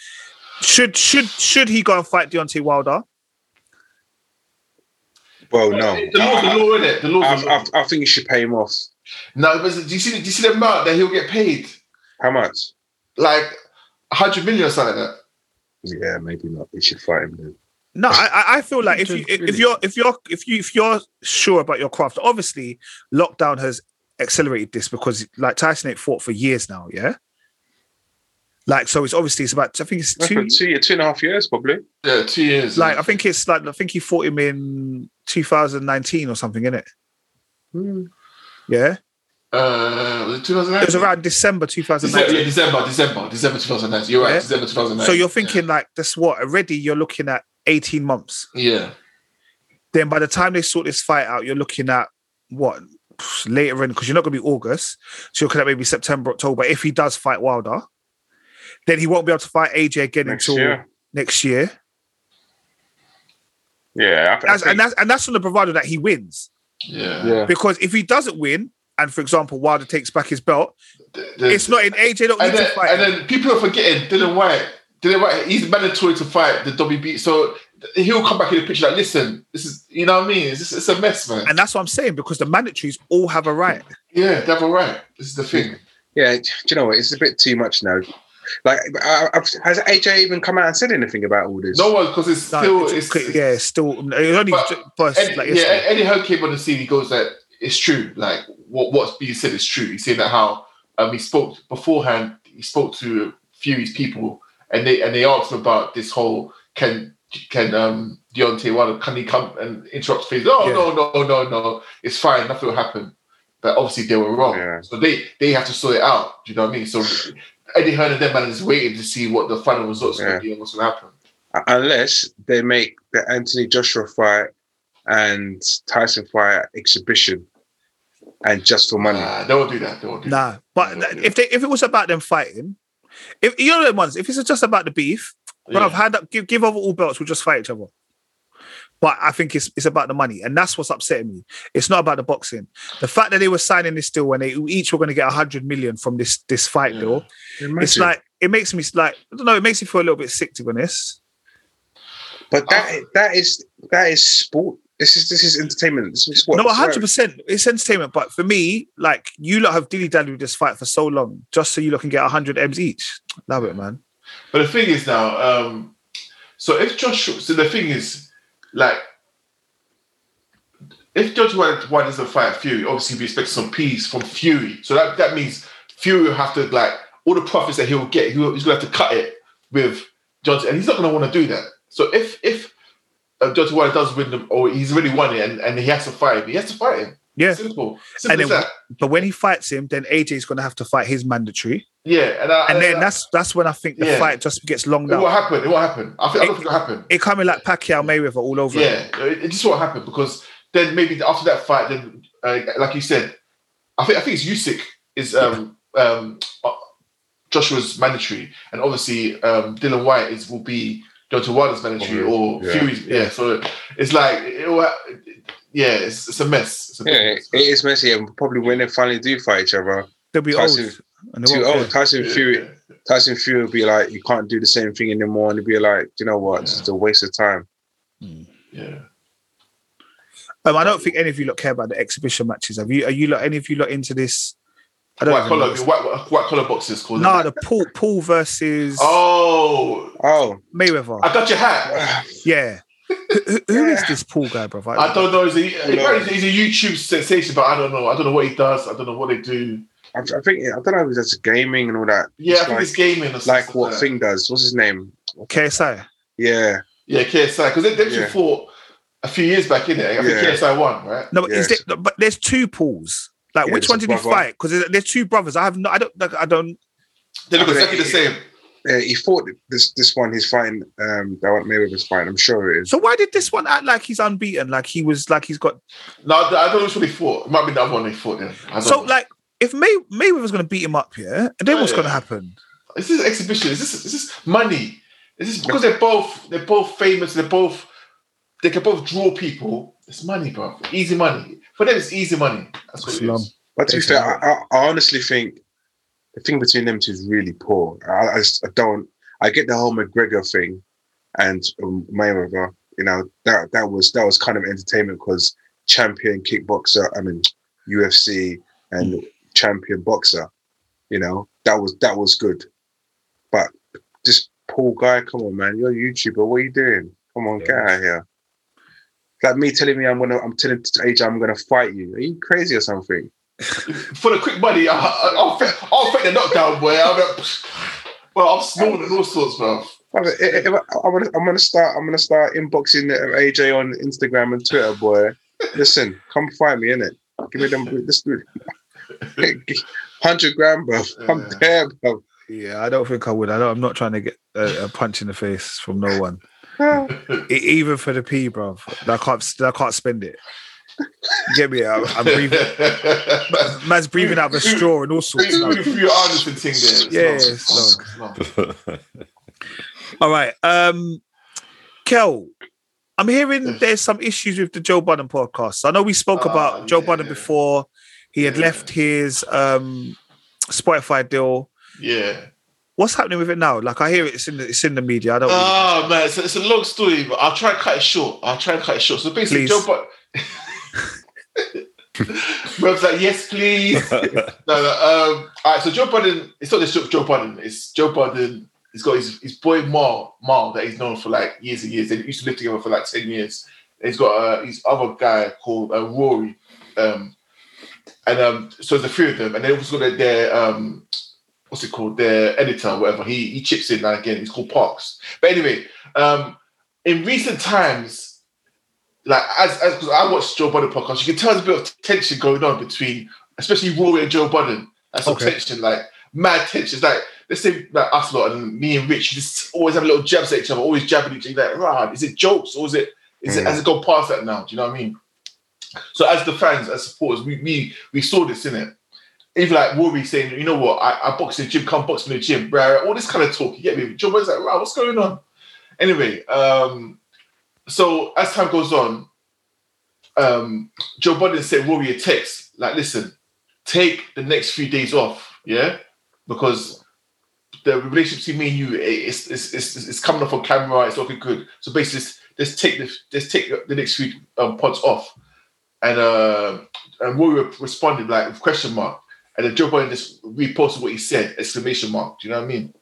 B: Should should should he go and fight Deontay Wilder?
D: Well, no.
C: the law's the law, innit? The law's the
D: I,
C: law.
D: I, I think you should pay him off.
C: No, but do you see? Do you see the amount that he'll get paid?
D: How much?
C: Like hundred million or something like that.
D: Yeah, maybe not. You should fight him then.
B: No, I, I- I feel like if you if you're if you're if you if you're sure about your craft, obviously lockdown has accelerated this because like Tyson ain't fought for years now, yeah. Like so, it's obviously it's about I think it's
D: That's
B: two.
D: been two, two and a half years, probably.
C: Yeah, two years.
B: Like I think it's like I think he fought him in 2019 or something, innit? Hmm. Yeah,
C: uh, was it 2009?
B: it was around December
C: December,
B: 2019.
C: yeah, December, December, December 2009. You're right,
B: Yeah.
C: December 2009.
B: So you're thinking like that's what already you're looking at 18 months.
C: yeah,
B: Then by the time they sort this fight out, you're looking at what later in because you're not going to be August, so you're looking at maybe September, October. If he does fight Wilder, then he won't be able to fight AJ again
D: Next
B: until
D: year.
B: next year.
D: Yeah. I, I
B: That's,
D: think,
B: and that's and that's on the provider that he wins
C: yeah,
D: yeah.
B: because if he doesn't win. And for example, Wilder takes back his belt.
C: The- the-
B: It's not in AJ not need
C: and
B: to
C: then,
B: fight.
C: and
B: him.
C: then people are forgetting Dylan White. Dylan White, he's mandatory to fight the WB. So th- he'll come back in the picture like, listen, this is, you know what I mean? It's, just, it's a mess, man.
B: and that's what I'm saying because the mandatories all have a right.
C: yeah, they have a right. This is the thing.
D: yeah. Do you know what? It's a bit too much now. Like, I, I, has AJ even come out and said anything about all this?
C: No one, because it's
B: Like,
C: still,
B: it's-
C: it's,
B: yeah, it's still it only
C: But-
B: ju- burst,
C: Eddie,
B: like
C: yeah,
B: yesterday.
C: Eddie Hearn came on the scene. He goes that it's true. Like what what's being said is true. He's saying that how um, he spoke beforehand. He spoke to a few of his people, and they and they asked him about this whole can can um Deontay Wilder can he come and interrupt things? Oh
B: Yeah.
C: no no no no, it's fine. Nothing will happen. But obviously they were wrong.
D: Yeah.
C: So they they have to sort it out. Do you know what I mean? So Eddie Hearn and them man is waiting to see what the final results are going
D: Yeah.
C: to be and what's going to happen.
D: Unless they make the Anthony Joshua fight and Tyson fight exhibition and just for money.
C: Nah, they won't do that. They won't do that.
B: Nah, but
C: Yeah, yeah.
B: if they if it was about them fighting, if you know the ones, if it's just about the beef, but I've
C: Yeah.
B: had that give give over all belts, we'll just fight each other. But I think it's it's about the money, and that's what's upsetting me. It's not about the boxing. The fact that they were signing this deal when they each were going to get hundred million from this this fight
C: Yeah.
B: deal, it's
D: Imagine.
B: like it makes me like I don't know. It makes me feel a little bit sick to be honest.
D: But that that is that is sport. This is this is entertainment. This is what
B: no,
D: it's
B: one hundred
D: like.
B: percent. It's entertainment, but for me, like you lot have dilly dallied with this fight for so long, just so you lot can get hundred m's each. Love it, man.
C: But the thing is now, um, so if Joshua, so the thing is, like, if Joshua White- White doesn't fight Fury, obviously we expect some peace from Fury. So that, that means Fury will have to like all the profits that he'll get, he'll, he's gonna have to cut it with Johnson, and he's not gonna want to do that. So if if uh, Joshua White does win them, or he's already won it, and, and he has to fight him, he has to fight him.
B: Yeah.
C: Simple, simple
B: And
C: as
B: then-
C: that.
B: But when he fights him, then AJ's going to have to fight his mandatory.
C: Yeah, and, I,
B: And then that's that's when I think the
C: Yeah.
B: fight just gets longed
C: it will
B: out.
C: happen. It will happen. I think I don't think it'll happen.
B: It coming like Pacquiao Mayweather all over. it.
C: Yeah, it, it just won't happen because then maybe after that fight, then uh, like you said, I think I think it's Usyk is um, um, uh, Joshua's mandatory, and obviously um, Dylan White is will be Dr. Wilder's mandatory
D: Oh,
C: or
D: yeah.
C: Fury's. Yeah, so it's like it will, ha- yeah, it's, it's a mess. It's a big
D: Yeah, it
C: mess.
D: it is messy, and probably when they finally do fight each other,
B: They'll be old.
D: Tyson-
B: And they
D: too
B: won't
D: old. Tyson Fury, Tyson Fury will be like, you can't do the same thing anymore, and he'll be like, you know what, it's just a waste of time.
C: Yeah.
B: care. Um, I don't think any of you lot care about the exhibition matches. Have you? Are you lot? Any of you lot into this? I don't
C: White
B: even
C: collar,
B: know what's-
C: white, white collar boxes called.
B: No, the Paul Paul versus
C: Oh,
D: Oh,
B: Mayweather.
C: I got your hat.
B: yeah. Who- who- who is this Paul guy, brother?
C: I don't know. He's a,
D: No.
C: apparently he's a YouTube sensation, but I don't know. I don't know what he does. I don't know what they do.
D: I, I think I don't know if it's just gaming and all that.
C: Yeah,
D: It's
C: I think it's gaming. Or
D: like, like
C: something
D: what
C: that.
D: Thing does. What's his name?
B: KSI.
D: Yeah,
C: Yeah, KSI. Because they, they actually
D: Yeah.
C: fought a few years back, in it? I
D: Yeah.
C: think KSI won, right?
B: No, but is
D: Yes.
B: there, but there's two Pauls. Like
D: Yeah,
B: which
D: there's a
B: one did he
D: brother.
B: fight? Because there's, there's two brothers. I have no. I don't. like, I don't.
C: They look
D: I mean,
C: exactly the
D: it-
C: same.
D: yeah. Uh, He fought this this one. He's fighting. Um, that one Mayweather's fighting. I'm sure it is.
B: So why did this one act like he's unbeaten? Like he was. Like he's got.
C: No, I I don't know which one they fought. It might be the other one they fought then. I don't
B: So
C: know.
B: like, if May Mayweather's going to beat him up, yeah, and then what's
C: Yeah.
B: going to happen?
C: is this exhibition? Is this is this money? Is this because they're both they're both famous? They're both they can both draw people. It's money, bro. Easy money for them. It's easy money. That's what
B: It's
C: it
B: long.
C: is.
D: But to be fair, I, I, I honestly think the thing between them two is really poor. I, I, just- I don't. I get the whole McGregor thing, and um, Mayweather. You know that that was that was kind of entertainment because champion kickboxer. I mean UFC and champion boxer. You know that was that was good, but this poor guy. Come on, man, you're a YouTuber. What are you doing? Come on, get out of here. Like me telling me I'm gonna, I'm telling AJ I'm gonna fight you. Are you crazy or something?
C: For the quick money, I, I, I'll fake- I'll fake the knockdown, boy. I'm like, well, I'm snorting and all sorts, bro.
D: Well, i- i- if I- I'm gonna, I'm gonna start. I'm gonna start inboxing um, AJ on Instagram and Twitter, boy. Listen, come find me, innit? Give me them. This hundred grand, bro. I'm
C: Yeah.
D: there, bro.
B: Yeah, I don't think I would. I don't, I'm not trying to get a, a punch in the face from no one, E- even for the P, bruv. I can't. I can't spend it. You Get me? I'm, I'm breathing. Man's breathing out of a straw and all sorts.
C: Through
B: Like.
C: your honest and thing there.
B: Yeah,
C: It's long.
B: it's long.
C: It's long.
B: All right. Um Kel, I'm hearing there's some issues with the Joe Budden podcast. I know we spoke
C: Mm. Ah,
B: about Joe Budden
C: yeah.
B: before. He had
C: Yeah.
B: left his um Spotify deal.
C: Yeah.
B: What's happening with it now? Like I hear it's in the, it's in the media. I don't really-
C: Oh man, it's, it's a long story, but I'll try and cut it short. I'll try and cut it short. So basically,
B: Please.
C: Joe Biden. Rev's like, yes, please. No, no. Um, all right, so Joe Biden, it's not just Joe Biden, it's Joe Biden. He's got his, his boy Marl, Marl, that he's known for like years and years. They used to live together for like 10 years. And he's got uh, his other guy called uh, Rory. Um, and um, so the three of them. And they also got their, their um, what's it called, their editor, whatever. He, he chips in now again. He's called Parks. But anyway, um, in recent times, like as as 'cause I watched Joe Budden podcast, you can tell there's a bit of tension going on between, especially Rory and Joe Budden. That's some
B: Okay.
C: tension, like mad tension. It's like let's say like us lot and me and Rich, you just always have little jabs at each other, always jabbing each other. Like, rah, is it jokes or is it is it
D: Mm.
C: has it gone past that now? Do you know what I mean? So as the fans, as supporters, we we we saw this in it. Even like Rory saying, you know what, I, I box in the gym, come box in the gym, bruh. All this kind of talk. You get me? Joe Budden's like, rah, what's going on? Anyway, um, so as time goes on, um, Joe Budden sent Rory a text like, "Listen, take the next few days off, yeah, because the relationship between me and you is it's, it's, it's coming off on camera. It's looking good. So basically, just, just take the just take the next few um, pods off." And uh, and Rory re- responded like with question mark, and then Joe Budden just reposted what he said exclamation mark. Do you know what I mean?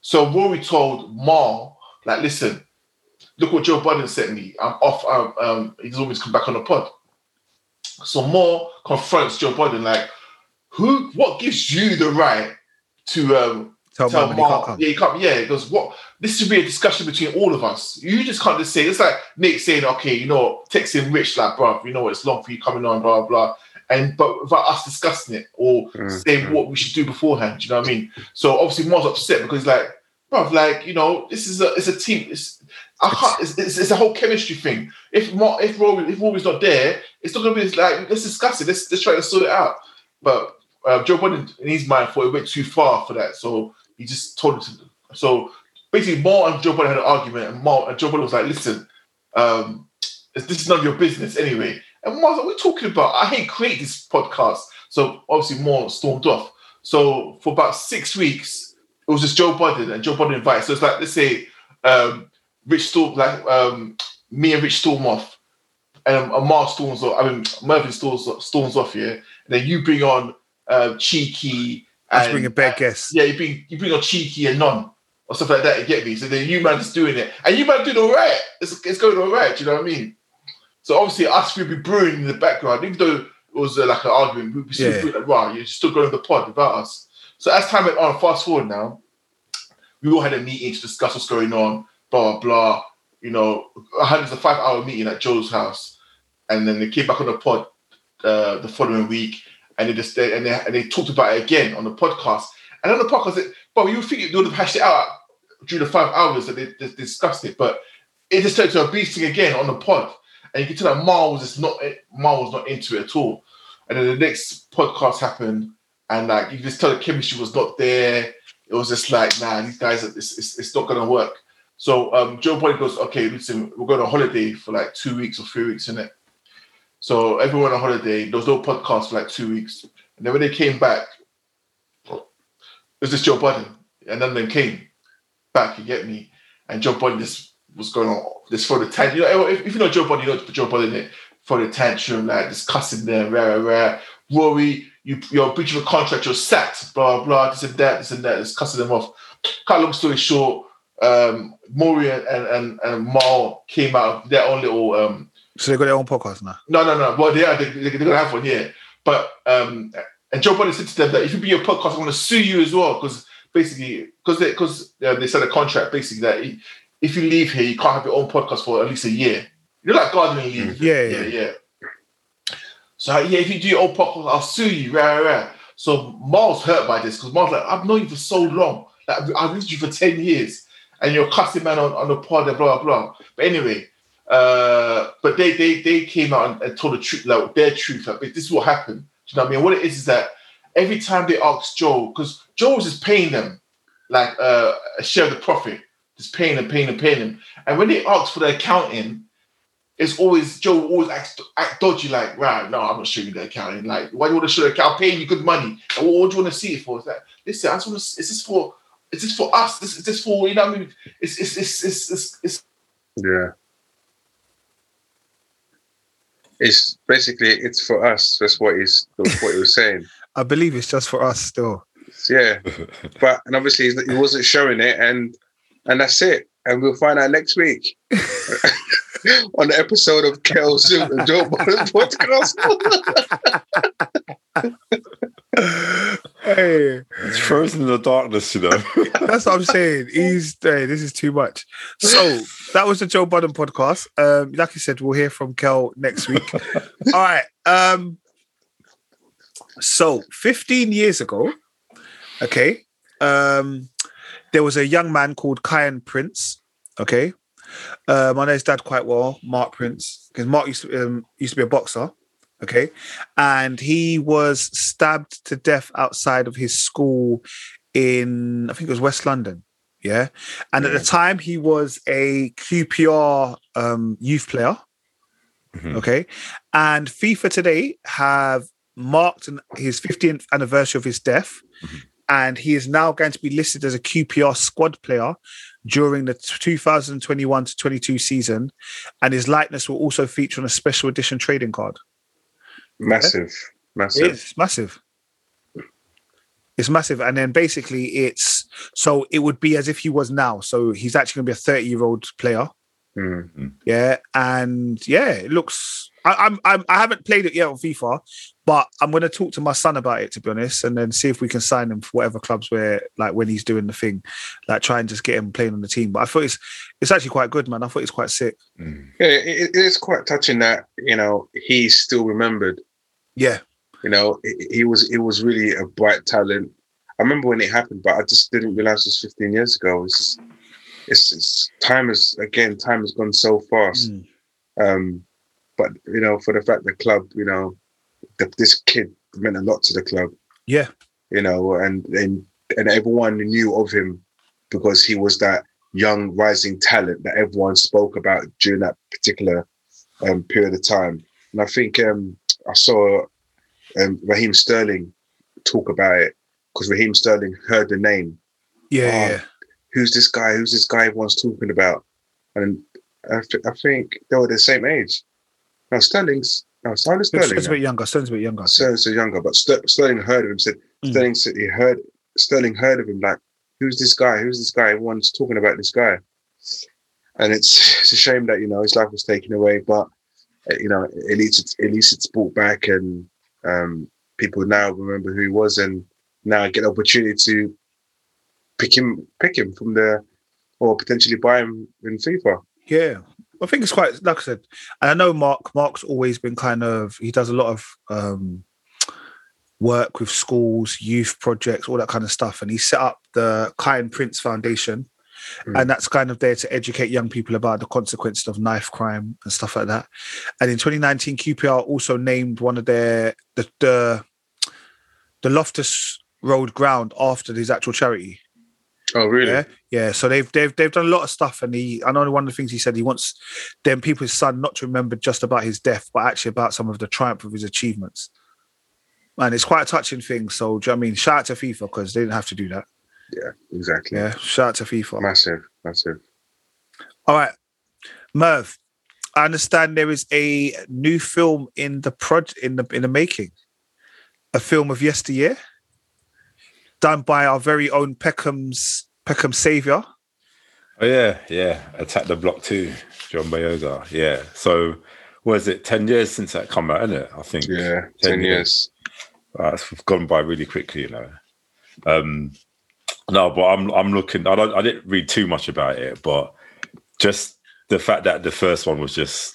C: So Rory told Mar like, "Listen." look what Joe Budden sent me. I'm off. Um, um, he's always come back on the pod. So more confronts Joe Budden like, who? What gives you the right to um,
B: Tell
C: tell
B: Marvin he can't
C: Mark?
B: come.
C: Yeah, you can't. Yeah, because what? This should be a discussion between all of us. You just can't just say it's like Nick saying, okay, you know, texting Rich like, bro, you know, it's long for you coming on, blah blah. and but without us discussing it or saying what we should do beforehand. Do you know what I mean? So obviously Mar's upset because he's like, bruv, like, you know, this is a it's a team. It's I can't, it's, it's, it's a whole chemistry thing. If Mar, if Rory, if Rory's not there, it's not gonna be like let's discuss it. Let's let's try to sort it out. But uh, Joe Budden in his mind thought it went too far for that, so he just told him to. So basically, Mar and Joe Budden had an argument, and Mar and Joe Budden was like, "Listen, um, this is none of your business anyway." And Mar's like, "What are we talking about? I ain't created this podcast." So obviously, Mar stormed off. So for about six weeks, it was just Joe Budden and Joe Budden invited. So it's like let's say um, Rich Storm, like um, me and Rich storm off, and, and Mar storms off. I mean, Mervyn storms storms off here, and then you bring on uh, cheeky.
B: Let's
C: and-
B: bring a bad guest.
C: yeah, you bring you bring on cheeky and non or stuff like that. You get me? So then you man's doing it, and you man doing all right. It's, it's going all right. Do you know what I mean? So obviously, us will be brewing in the background, even though it was uh, like an argument. We'd be still
B: Yeah.
C: brewing, like, wow, you're still going on the pod without us. So as time went on, fast forward now, we all had a meeting to discuss what's going on, blah blah blah. You know, I had it was a five-hour meeting at Joe's house, and then they came back on the pod uh, the following week, and they just they, and they and they talked about it again on the podcast. And on the podcast, it, but you would think they would have hashed it out during the five hours that they, they discussed it, but it just turned to a beasting again on the pod, and you can tell that Mar was just not Mar was not into it at all. And then the next podcast happened, and like you just tell the chemistry was not there. It was just like, nah, these guys, are- it's, it's, it's not gonna work. So um, Joe Biden goes, okay, listen, we're going on holiday for like two weeks or three weeks, innit? So everyone on holiday. There was no podcast for like two weeks, and then when they came back, it was just Joe Budden, and then they came back. You get me? And Joe Budden just was going on this for the tantrum. You know, if, if you know Joe Budden, you know Joe Budden it for the tantrum, like just cussing there, rah rah rah. Rory, you you're breaching a contract, you're sacked, blah blah, this and that, this and that, just cussing them off. Cut long story short, um, Maury and and and Mal came out of their own little um,
B: So they got their own podcast now.
C: no, no, no. Well, they are. They, they, they're gonna have one, yeah. But um, and Joe Biden said to them that if you be your podcast, I'm gonna sue you as well because basically because they because um, they signed a contract basically that i- if you leave here, you can't have your own podcast for at least a year. You're like gardening leave.
B: Yeah, yeah.
C: yeah, yeah. So yeah, if you do your own podcast, I'll sue you. Rah, rah, rah. So Miles hurt by this because Miles like I've known you for so long. Like I've- I've lived you for ten years, and you're cussing man on, on the pod and blah blah blah. But anyway, uh, but they they they came out and, and told the truth, like their truth. Like this is what happened. Do you know what I mean? What it is is that every time they asked Joel, because Joel was just paying them like uh, a share of the profit, just paying and paying and paying them. And when they asked for the accounting, it's always Joe will always act, act dodgy, like, right, no, I'm not showing you the accounting. Like, why do you want to show the account? I'm paying you good money. Like, what, what do you want to see it for? It's like, listen, I just want to is this for is this for us? This is this for you know what I mean? It's it's it's it's it's, it's
D: Yeah. It's basically it's for us. That's what he's that's what he was saying.
B: I believe it's just for us still.
D: It's- yeah, but and obviously he's- he wasn't showing it, and and that's it. And we'll find out next week on the episode of Kel Soup and Joe Biden podcast.
B: hey,
A: It's frozen in the darkness, you know.
B: that's what I'm saying. He's hey, this is too much. So that was the Joe Budden podcast. Um, like you said, we'll hear from Kel next week. All right. Um, so 15 years ago, okay, um, there was a young man called Kyan Prince. Okay, um, I know his dad quite well, Mark Prince, because Mark used to, um, used to be a boxer. Okay, and he was stabbed to death outside of his school in I think it was West London. Yeah. And at the time he was a QPR um, youth player.
A: Mhm.
B: Okay. And FIFA today have marked an- his 15th anniversary of his death. And he is now going to be listed as a QPR squad player during the 2021 to 22 season. And his likeness will also feature on a special edition trading card.
D: Massive,
B: It
D: massive.
B: is massive. It's massive, and then basically it's so it would be as if he was now. So he's actually going to be a thirty-year-old player,
D: Mm.
B: yeah. And yeah, it looks. I, I'm, I'm I haven't played it yet on FIFA, but I'm going to talk to my son about it to be honest, and then see if we can sign him for whatever clubs where like when he's doing the thing, like try and just get him playing on the team. But I thought it's it's actually quite good, man. I thought it's quite sick.
A: Mm.
D: Yeah, it, it is quite touching that you know he's still remembered.
B: Yeah,
D: You know, he- he was he was really a bright talent. I remember when it happened, but I just didn't realize it was 15 years ago. It's just, it's, it's time has again, time has gone so fast.
B: Mm.
D: Um, but you know, for the fact the club, you know, the, this kid meant a lot to the club.
B: Yeah.
D: You know, and and and everyone knew of him because he was that young rising talent that everyone spoke about during that particular um, period of time. And I think um, I saw um, Raheem Sterling talk about it because Raheem Sterling heard the name
B: Yeah,
D: Oh.
B: yeah.
D: who's this guy? Who's this guy everyone's talking about? And I, th- I think they were the same age. Now Sterling's no, Sterling
B: Sterling's a
D: Sterling.
B: bit younger. Sterling's a bit younger.
D: Sterling's younger, but Ster- Sterling heard of him. Said
B: Mm.
D: Sterling said he heard Sterling heard of him. Like who's this guy? Who's this guy? Everyone's talking about this guy. And it's it's a shame that you know his life was taken away, but uh, you know at least it's, at least it's brought back, and um, people now remember who he was, and now get the opportunity to pick him pick him from the or potentially buy him in FIFA.
B: Yeah. I think it's quite like I said, and I know Mark. Mark's always been kind of he does a lot of um work with schools, youth projects, all that kind of stuff. And he set up the Kind Prince Foundation.
D: Mm.
B: And that's kind of there to educate young people about the consequences of knife crime and stuff like that. And in 2019, QPR also named one of their the the, the Loftus Road ground after his actual charity.
D: Oh really?
B: Yeah, yeah. So they've they've they've done a lot of stuff, and he I know one of the things he said he wants them people's son not to remember just about his death, but actually about some of the triumph of his achievements. And it's quite a touching thing. So do you know what I mean? Shout out to FIFA because they didn't have to do that.
D: Exactly.
B: Yeah, shout out to FIFA.
D: Massive, massive.
B: All right, Merv. I understand there is a new film in the prod in the in the making, a film of yesteryear, done by our very own Peckham's Peckham savior.
A: Oh yeah, yeah. Attack the Block too, John Boyega. Yeah. So was it ten years since that come out, isn't it? I think.
D: Yeah, ten years.
A: Uh, it's gone by really quickly, you know. Um, no, but I'm I'm looking. I don't. I didn't read too much about it, but just the fact that the first one was just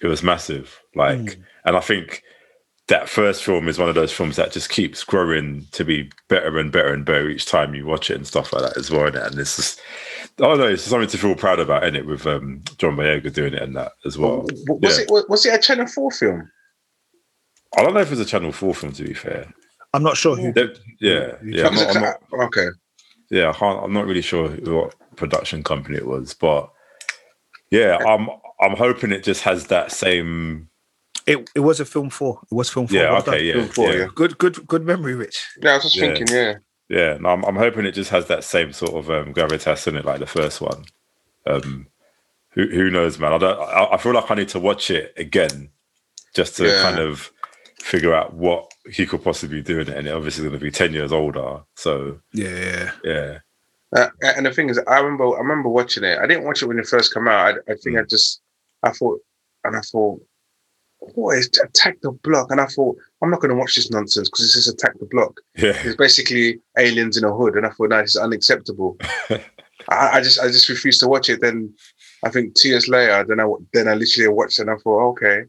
A: it was massive. Like, and I think that first film is one of those films that just keeps growing to be better and better and better each time you watch it and stuff like that as well. innit? And it's just, oh no, it's something to feel proud about, is it? With um, John Boyega doing it and that as well.
D: W- w- Was
A: Yeah.
D: it wa- was it a Channel Four film?
A: I don't know if it's a Channel Four film. To be fair,
B: I'm not sure who.
A: They- yeah, yeah.
D: That
A: I'm
D: was a
A: not- I'm not-
D: cla- okay.
A: yeah, I can't, I'm not really sure what production company it was, but yeah, I'm I'm hoping it just has that same.
B: It, it was a film four. It was film four.
A: Yeah,
B: Well done.
A: okay, yeah,
D: for
A: yeah,
D: you.
B: Good, good, good memory, Rich.
D: Yeah, I was just
A: Yeah.
D: thinking. Yeah,
A: yeah. No, I'm I'm hoping it just has that same sort of um, gravitas in it, like the first one. Um, who who knows, man? I don't. I, I feel like I need to watch it again just to
D: Yeah.
A: kind of figure out what he could possibly do in it. And it obviously going to be ten years older, so
B: Yeah,
A: yeah,
D: Uh, and the thing is, I remember I remember watching it. I didn't watch it when it first came out. I, I think
A: Mm.
D: I just I thought and I thought, what is Attack the Block? And I thought I'm not going to watch this nonsense because it's just Attack the Block.
A: yeah,
D: It's basically aliens in a hood, and I thought, no, this is unacceptable. I, I just, I just refused to watch it. Then, I think two years later, then I, wa- then I literally watched it, and I thought, okay,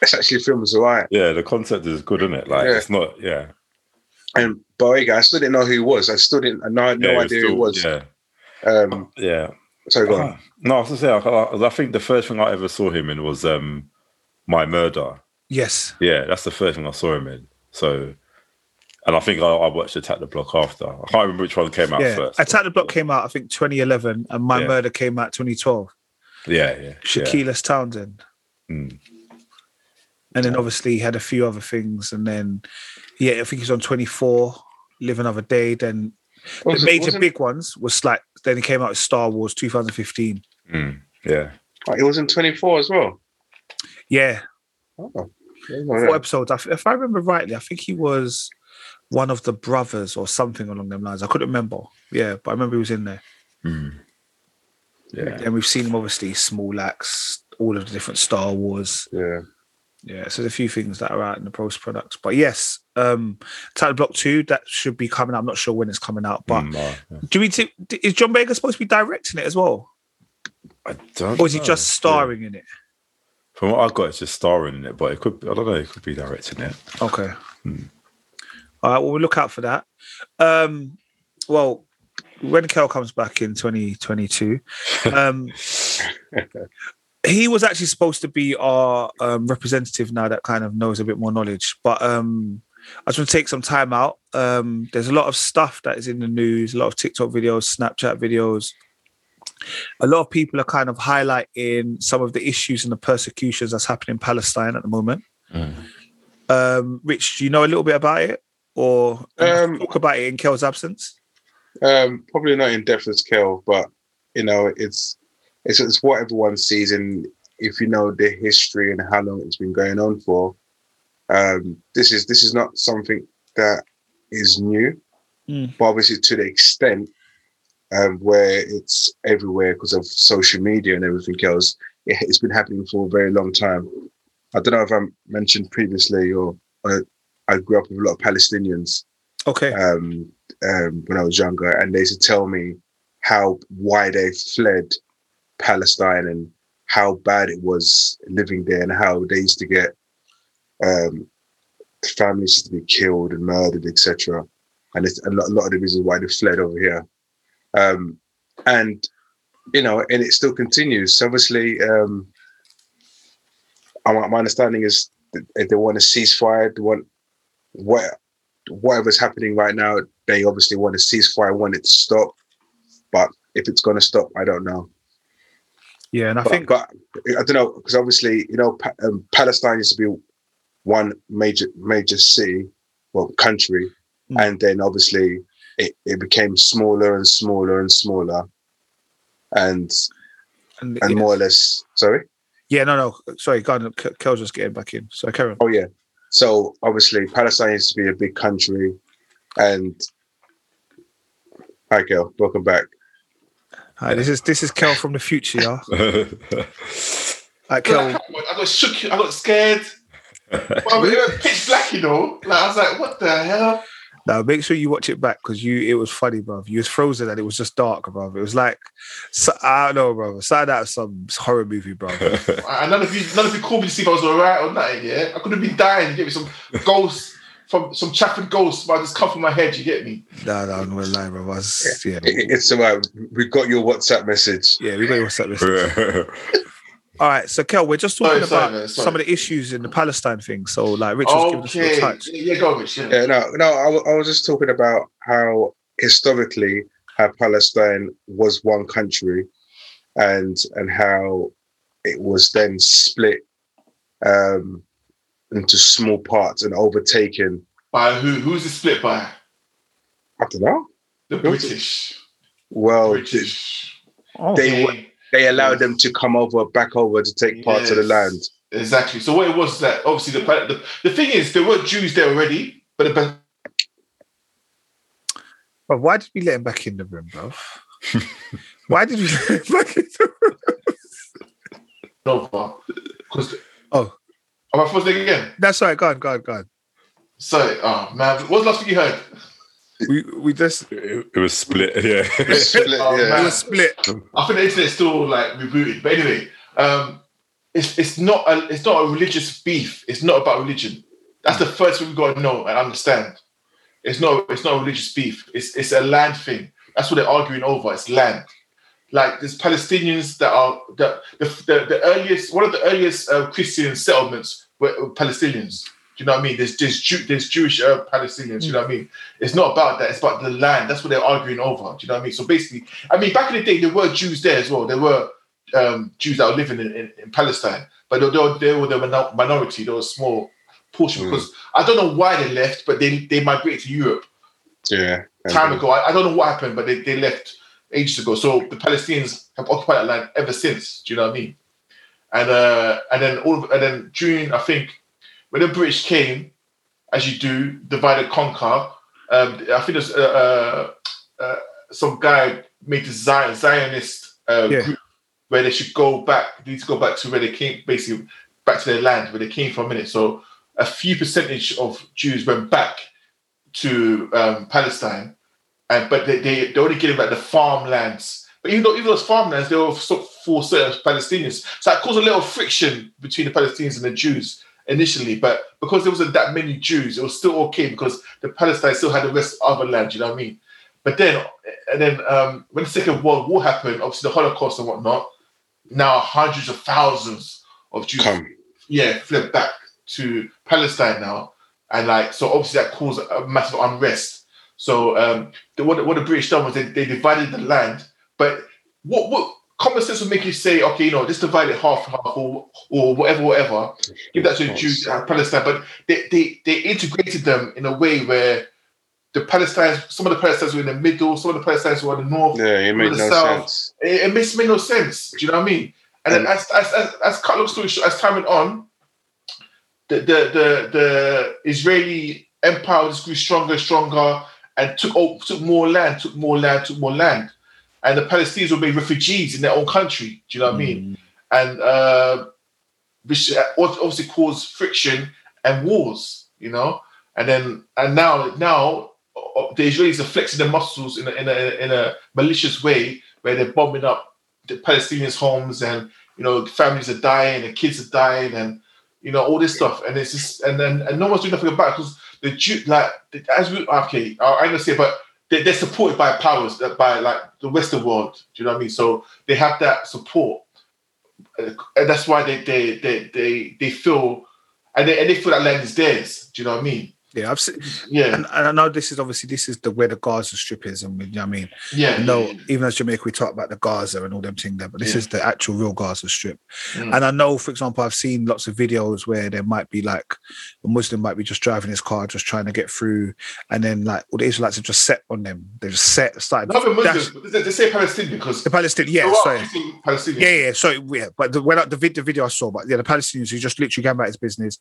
D: this actually film is alright.
A: yeah. The concept is good, isn't it? Like
D: Yeah.
A: it's not, yeah,
D: And Boyega, I still didn't know who he was. I still didn't, I had no
A: yeah, it was
D: idea who
A: still-
D: he was.
A: Yeah,
D: Um,
A: yeah.
D: so go on.
A: Oh, No, I was gonna say, I, I think the first thing I ever saw him in was um, My Murder.
B: yes.
A: Yeah, that's the first thing I saw him in. So, and I think I, I watched Attack the Block after. I can't remember which one came out
B: yeah.
A: first.
B: Attack the Block came out, I think, 2011, and My
A: Yeah.
B: Murder came out 2012.
A: Yeah, yeah. yeah.
B: Shaquilas Townsend,
A: Mm.
B: and then obviously he had a few other things, and then yeah, I think he's on 24, Live Another Day. Then the
D: Wasn't-
B: major
D: wasn't-
B: big ones was like then he came out with Star Wars 2015.
A: Mm. Yeah.
D: oh, It was in 24 as well.
B: Yeah,
D: Oh,
B: four episodes. I f- If I remember rightly, I think he was one of the brothers or something along them lines. I couldn't remember. Yeah, but I remember he was in there.
A: Mm. Yeah.
B: And we've seen him obviously small acts, all of the different Star Wars.
D: yeah.
B: Yeah, so there's a few things that are out in the post products. But yes, um Title Block 2, that should be coming out. I'm not sure when it's coming out, but
A: Mm, uh, yeah.
B: do we t- is John Baker supposed to be directing it as well?
A: I don't
B: Or is he
A: know.
B: just starring in it?
A: Yeah. From what I got, it's just starring in it, but it could, I don't know, it could be directing it.
B: Okay. All right, well, we'll look out for that. Um, well, when Kel comes back in 2022, um, he was actually supposed to be our um, representative now that kind of knows a bit more knowledge. But um, I just want to take some time out. Um, there's a lot of stuff that is in the news, a lot of TikTok videos, Snapchat videos. A lot of people are kind of highlighting some of the issues and the persecutions that's happening in Palestine at the moment. Um, Rich, do you know a little bit about it? Or
D: Um,
B: talk about it in Kel's absence?
D: Um, probably not in depth as Kel, but you know, it's it's it's what everyone sees, and if you know the history and how long it's been going on for, um, this is this is not something that is new,
B: Mm.
D: but obviously to the extent um, where it's everywhere because of social media and everything else, it, it's been happening for a very long time. I don't know if I mentioned previously, or I, I grew up with a lot of Palestinians
B: Okay.
D: um, um, when I was younger, and they used to tell me how why they fled Palestine and how bad it was living there, and how they used to get um, families used to be killed and murdered, etc. And it's a lot, a lot of the reasons why they fled over here, um, and you know, and it still continues. So obviously, um, I- my, my understanding is that if they want a ceasefire, they want what whatever's happening right now, they obviously want a ceasefire, want it to stop. But if it's going to stop, I don't know.
B: Yeah, and I
D: But,
B: think
D: but I don't know because obviously, you know, Pa- um, Palestine used to be one major major city, well, country,
B: Mm.
D: and then obviously it, it became smaller and smaller and smaller, and
B: and,
D: and
B: yeah.
D: more or less. Sorry.
B: Yeah, no, no. Sorry, go on. Ke- Kel's just getting back in. So, Karen.
D: Oh yeah. So obviously Palestine used to be a big country, and hi girl, welcome back.
B: Hi, this is this is Kel from the future, yeah. Like
C: I
B: Kel,
C: got shook. I got scared. I mean, it was pitch black, you know. Like I was like, what the hell?
B: now make sure you watch it back because you it was funny, bruv. You was frozen and it was just dark, bruv. It was like so, I don't know, bruv. Side out of some horror movie, bruv.
C: And none of you, none of you called me to see if I was alright or nothing. Yeah, I could have been dying. You get me some ghosts from some Chafford ghosts, but I just come from my head. You get me?
B: no, no, I'm gonna lie, bruv. I was, yeah.
D: It- It's all right. We got your WhatsApp message.
B: Yeah, we got your set list. All right, so Kel, we're just
C: Sorry,
B: talking
C: sorry,
B: about
C: man, sorry.
B: some of the issues in the Palestine thing. So like Rich was giving us a
C: Okay,
B: little
C: yeah,
B: touch.
C: yeah, go Rich. Yeah.
D: Yeah, no, no. I, wa- I was just talking about how historically how Palestine was one country, and and how it was then split um, into small parts and overtaken.
C: By who? Who's it split by?
D: I don't know.
C: The
D: Who's it?
C: British.
D: Well, th-
C: British.
B: Oh,
D: They were- they allowed them to come over back over to take parts of the
C: Yes.
D: land.
C: Exactly. So what it was that obviously the, pla- the the thing is there were Jews there already, but the best
B: bruv, why did we let him back in the room, bruv? why did we let him back in the room?
C: over because
B: Oh.
C: am I first thing again?
B: That's all right, go on, go on, go on.
C: Sorry, oh man, what was the last thing you heard?
B: We we just
A: it was split. Yeah.
D: Split,
C: Oh,
D: yeah.
B: it
C: man.
B: was split.
C: I think the internet's still like rebooted. But anyway, um, it's it's not a it's not a religious beef. It's not about religion. That's the first thing we've got to know and understand. It's not it's not a religious beef. It's it's a land thing. That's what they're arguing over. It's land. Like there's Palestinians that are that the, the, the earliest one of the earliest uh, Christian settlements were, were Palestinians. Do you know what I mean? There's there's, Jew, there's Jewish uh, Palestinians. Do you know what I mean? It's not about that. It's about the land. That's what they're arguing over. Do you know what I mean? So basically, I mean, back in the day, there were Jews there as well. There were um, Jews that were living in, in, in Palestine, but they, they, they were the minor- minority. They were a small portion
D: Mm.
C: because I don't know why they left, but they, they migrated to Europe
D: Yeah.
C: time ago. I, I don't know what happened, but they, they left ages ago. So the Palestinians have occupied that land ever since. Do you know what I mean? And uh, and then all of, and then during I think when the British came, as you do, divide and conquer. Um, I think there's uh, uh, uh, some guy made the Zion, Zionist uh,
B: Yeah.
C: group where they should go back. They need to go back to where they came, basically back to their land where they came from. In it, so a few percentage of Jews went back to um, Palestine, and but they, they they're only getting like the farmlands. But even though even those farmlands, they were so- for certain Palestinians. So that caused a little friction between the Palestinians and the Jews. initially, but because there wasn't that many Jews, it was still okay because the Palestine still had the rest of other land. You know what I mean? But then, and then um, when the Second World War happened, obviously the Holocaust and whatnot, now hundreds of thousands of Jews,
D: Come.
C: yeah, fled back to Palestine now, and like so, obviously that caused a massive unrest. So um, the, what, what the British done was they, they divided the land, but what what common sense would make you say, okay, you know, just divide it half half or or whatever, whatever give that to the Jews and Palestine, but they, they, they integrated them in a way where the Palestinians, some of the Palestinians were in the middle, some of the Palestinians were in the north.
D: Yeah, it made
C: the
D: no
C: South.
D: sense.
C: It, it makes made no sense. Do you know what I mean? And then as as as, as cut long story short, as time went on, the the the, the Israeli empire just grew stronger, and stronger, and took o- took more land, took more land, took more land, and the Palestinians were made refugees in their own country. Do you know what I mean? and uh, which ob- obviously caused friction and wars, you know. And then and now now uh, the Israelis are flexing their muscles in a, in a, in a malicious way where they're bombing up the Palestinians' homes and you know families are dying, the kids are dying, and you know all this stuff. And it's just and then and no one's doing nothing about it because the Jew like the- as we okay, I- I'm gonna say, but they- they're supported by powers that by like the Western world. Do you know what I mean? So they have that support and that's why they they they they, they feel and they, and they feel that land is theirs. Do you know what I mean?
B: Yeah, I've seen,
C: Yeah,
B: and, and I know this is obviously this is the where the Gaza Strip is, and you know what I mean.
C: yeah.
B: I know even as Jamaica, we talk about the Gaza and all them things there, but this
C: Mm. Yeah.
B: is the actual real Gaza Strip.
C: Mm.
B: And I know, for example, I've seen lots of videos where there might be like a Muslim might be just driving his car, just trying to get through, and then like all the Israelites have just set on them. They just set started.
C: Not even
B: dash-
C: Muslims. They, they say Palestinian because
B: the Palestinian, yeah,
C: There are
B: sorry.
C: Muslim Palestinians.
B: Yeah, yeah, sorry, yeah. But the, when I, the, vid, the video I saw, but yeah, the Palestinians who just literally came about his business,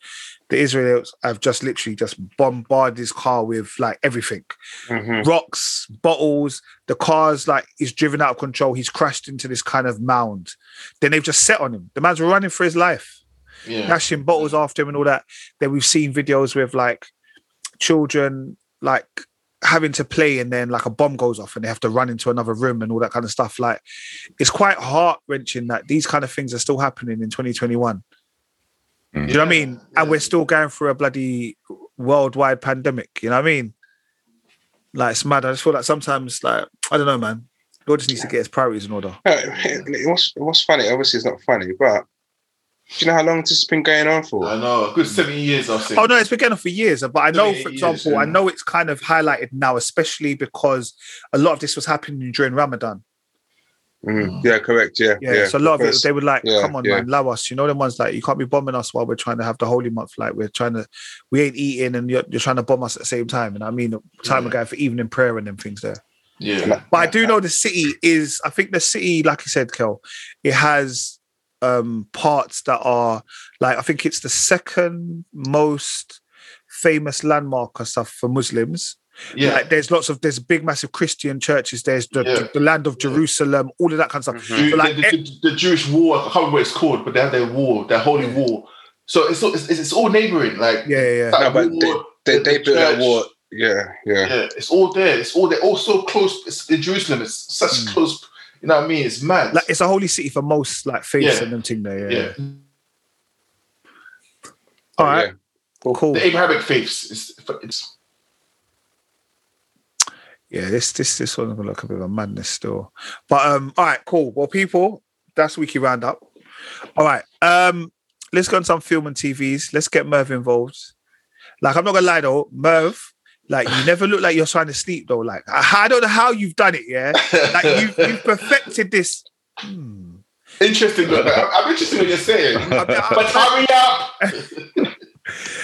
B: the Israelis have just literally just bombarded his car with like everything
D: Mhm.
B: rocks, bottles. The car's like is driven out of control. He's crashed into this kind of mound. Then they've just set on him. The man's running for his life,
C: yeah.
B: dashing bottles after him and all that. Then we've seen videos with like children like having to play and then like a bomb goes off and they have to run into another room and all that kind of stuff. Like it's quite heart wrenching that these kind of things are still happening in 2021.
A: Mm.
B: You know what I mean?
C: Yeah.
B: And we're still going through a bloody worldwide pandemic. You know what I mean? Like it's mad. I just feel like sometimes, like I don't know, man. God just needs to get his priorities in order.
D: No, it, Oh, it was it was funny. Obviously, it's not funny, but do you know how long this has been going on for?
C: I know. A good seventy years, I've seen.
B: Oh no, it's been going on for years. But I know,
C: Seven,
B: for
C: eight
B: example,
C: years,
B: I
C: yeah.
B: know it's kind of highlighted now, especially because a lot of this was happening during Ramadan.
D: Mm. Yeah, correct. Yeah,
B: Yeah, so a lot of it,
D: because-
B: they were like,
D: yeah,
B: "Come on,
D: yeah.
B: man, allow us." You know, the ones like, "You can't be bombing us while we're trying to have the holy month. Like we're trying to, we ain't eating, and you're, you're trying to bomb us at the same time." And I mean, time
C: Yeah.
B: ago for evening prayer and them things there.
C: Yeah.
B: But I do know the city is. I think the city, like you said, Kel, it has um parts that are like I think it's the second most famous landmark and stuff for Muslims.
C: Yeah.
B: Like there's lots of there's big massive Christian churches. There's the,
C: Yeah.
B: the land of Jerusalem, all of that kind of stuff.
D: Mhm.
C: Jew-
B: like- eh-
C: the, the- the Jewish war. I can't remember what it's called, but they have their war, their holy war. So it's all, it's, it's all neighboring. Like
B: e-, Yeah, yeah, yeah.
C: that
D: No, but
C: war,
D: They,
C: the-
D: they
C: the
D: built that
C: church.
D: wall. Yeah, yeah.
C: Yeah, it's all there. It's all there. All so close. It's in Jerusalem. It's such
B: Mm.
C: close. You know what I mean? It's mad.
B: Like it's a holy city for most like faiths
C: Yeah.
B: and them thing there. Yeah.
C: yeah.
B: All right.
D: Yeah.
B: Cool.
C: The Abrahamic faiths. It's, it's
B: Yeah, this this this one's gonna look a bit of a madness still. But um, all right, cool. Well, people, that's weekly roundup. All right. Um, let's go on some film and TVs. Let's get Merv involved. Like, I'm not gonna lie though, Merv, like you never look like you're trying to sleep though. Like, I, I don't know how you've done it, yeah. Like you've you've perfected this. Hmm.
C: Interesting. look, I'm, I'm interested in what you're saying.
B: I mean, I-
C: But hurry up!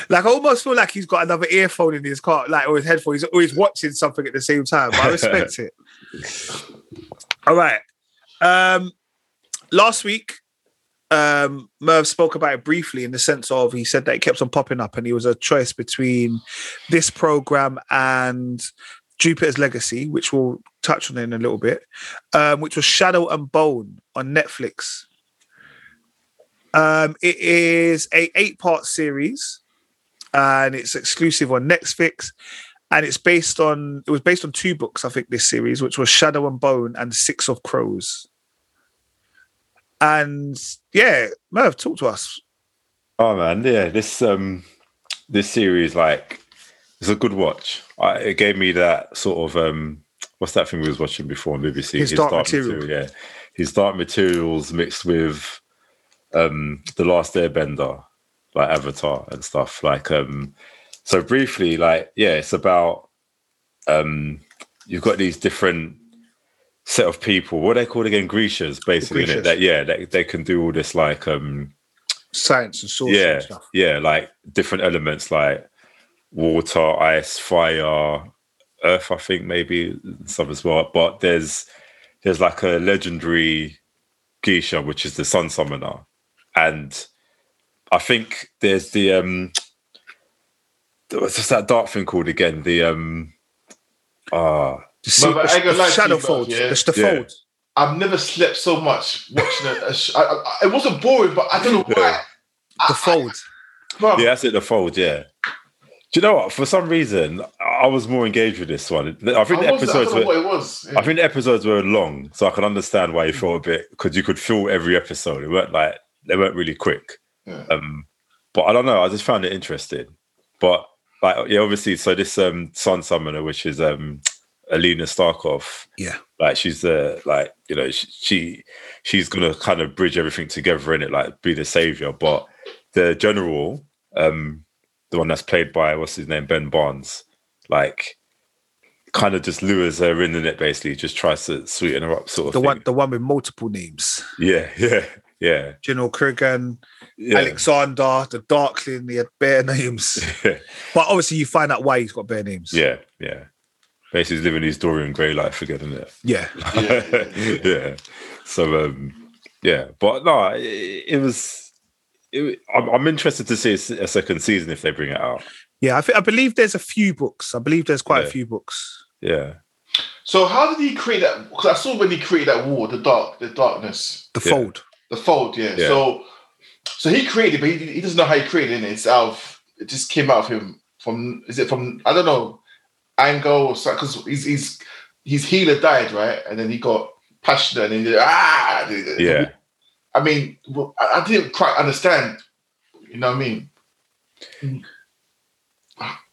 B: Like I almost feel like he's got another earphone in his car, like or his headphone. He's always watching something at the same time. But I respect it. All right. Um last week, um Merv spoke about it briefly in the sense of he said that it kept on popping up and he was a choice between this program and Jupiter's Legacy, which we'll touch on in a little bit, um, which was Shadow and Bone on Netflix. Um, it is a eight-part series, and it's exclusive on Netflix. And it's based on it was based on two books, I think, this series, which was Shadow and Bone and Six of Crows. And yeah, Merv, talk to us.
A: Oh man, yeah, this um this series like it's a good watch. I, it gave me that sort of um what's that thing we was watching before on BBC?
B: His Dark Material.
A: yeah, his dark materials mixed with um the Last Airbender, like Avatar and stuff. Like um, so briefly, like yeah, it's about um you've got these different set of people. What are they called again? Grishas, basically. innit?
B: Grishas.
A: That yeah, they, they can do all this like um
B: Science and sorcery
A: yeah,
B: and stuff.
A: yeah, like different elements like water, ice, fire, earth. I think maybe and stuff as well. But there's there's like a legendary geisha, which is the sun summoner, and I think there's the um, what's just that dark thing called again? The um, ah,
B: The, se-
C: but I ain't
B: the,
C: gonna lie to
B: shadow
C: you, bro,
B: folds.
C: yeah.
B: It's the
A: Yeah.
B: folds.
C: I've never slept so much watching it. Sh- I, I, I- it wasn't boring, but I don't know why.
A: Yeah.
B: The folds.
C: Bro,
A: Yeah, that's it. The fold. Yeah. Do you know what? For some reason, I was more engaged with this one. I
C: I,
A: think the
C: wasn't- I
A: episodes
C: don't
A: were.
C: know what it was.
A: I think the episodes were long, so I can understand why you felt a bit because you could feel every episode. It weren't like they weren't really quick.
C: Yeah.
A: Um, but I don't know. I just found it interesting. But like, yeah, obviously. So this um, Sun Summoner, which is um, Alina Starkov,
B: Yeah.
A: like she's the like you know she, she she's gonna kind of bridge everything together in it, like be the savior. But the general, um, the one that's played by what's his name, Ben Barnes, like kind of just lures her in, in it basically, just tries to sweeten her up, sort of
B: The
A: thing.
B: one, the one with multiple names.
A: Yeah, yeah, yeah,
B: General Kurgan,
A: yeah.
B: Alexander, the Darkling. They had bare names, but obviously you find out why he's got bare names.
A: yeah, yeah. Basically, he's living his Dorian Gray life again, isn't it?
B: yeah.
A: yeah. So um, yeah, but no, it, it was. It, I'm, I'm interested to see a, a second season if they bring it out.
B: Yeah, I, thi- I believe there's a few books. I believe there's quite
A: Yeah.
B: a few books.
A: Yeah,
C: So how did he create that? Because I saw when he created that war, the dark, the darkness,
B: The
A: Yeah.
B: Fold.
C: the fold. Yeah.
A: Yeah.
C: So, so he created, but he, he doesn't know how he created it. It's out. Of, it just came out of him. From is it from I don't know, anger or something? Because he's he's his healer died right, and then he got passionate and then he did, ah.
A: yeah.
C: I mean, well, I, I didn't quite understand. You know what I mean?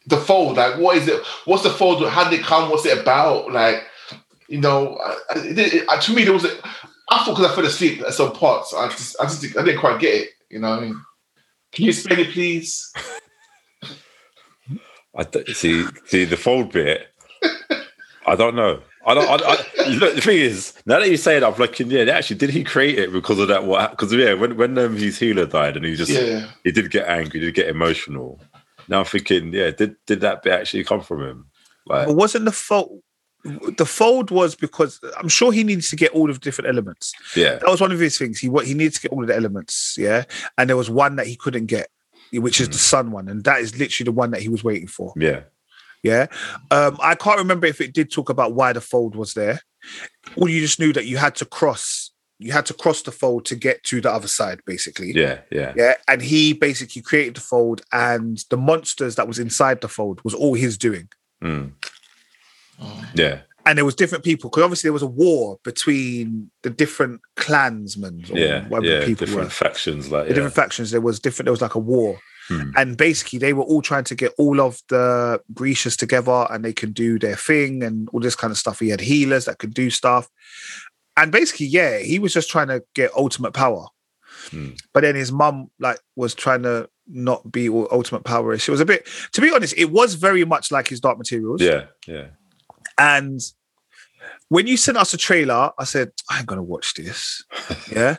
C: The fold, like, what is it? What's the fold? How did it come? What's it about? Like, you know, I, I, it, it- I- to me, there was. A, I thought because I fell asleep at some parts, I just, I just, didn't- I didn't quite get it. You know what I mean? Can you explain it, please?
A: I don't, see, see the fold bit. I don't know. I don't. I, I, look, the thing is, now that you say it, I'm looking. Yeah, actually, did he create it because of that? What? Because yeah, when when um, his healer died and he just
C: Yeah.
A: he did get angry, he did get emotional. Now I'm thinking, yeah, did did that bit actually come from him? Like,
B: But wasn't the fold? The fold was because I'm sure he needs to get all of the different elements.
A: yeah,
B: That was one of his things. He what he needs to get all of the elements. Yeah, and there was one that he couldn't get, which is the
A: Mm.
B: sun one, and that is literally the one that he was waiting for.
A: yeah,
B: Yeah. Um, I can't remember if it did talk about why the fold was there. Or you just knew that you had to cross, you had to cross the fold to get to the other side, basically.
A: yeah, yeah,
B: Yeah, and he basically created the fold, and the monsters that was inside the fold was all his doing.
A: mm.
C: Oh.
A: yeah,
B: And there was different people because obviously there was a war between the different clansmen, or
A: yeah,
B: whatever
A: yeah.
B: the people
A: Different
B: were.
A: factions, like
B: The
A: yeah.
B: different factions. There was different. There was like a war,
A: Hmm.
B: and basically they were all trying to get all of the Grecians together, and they can do their thing and all this kind of stuff. He had healers that could do stuff, and basically, yeah, he was just trying to get ultimate power.
A: Hmm.
B: But then his mum like was trying to not be all ultimate power. She was a bit, to be honest, it was very much like his Dark Materials.
A: yeah, yeah,
B: And when you sent us a trailer, I said, I ain't gonna watch this. Yeah.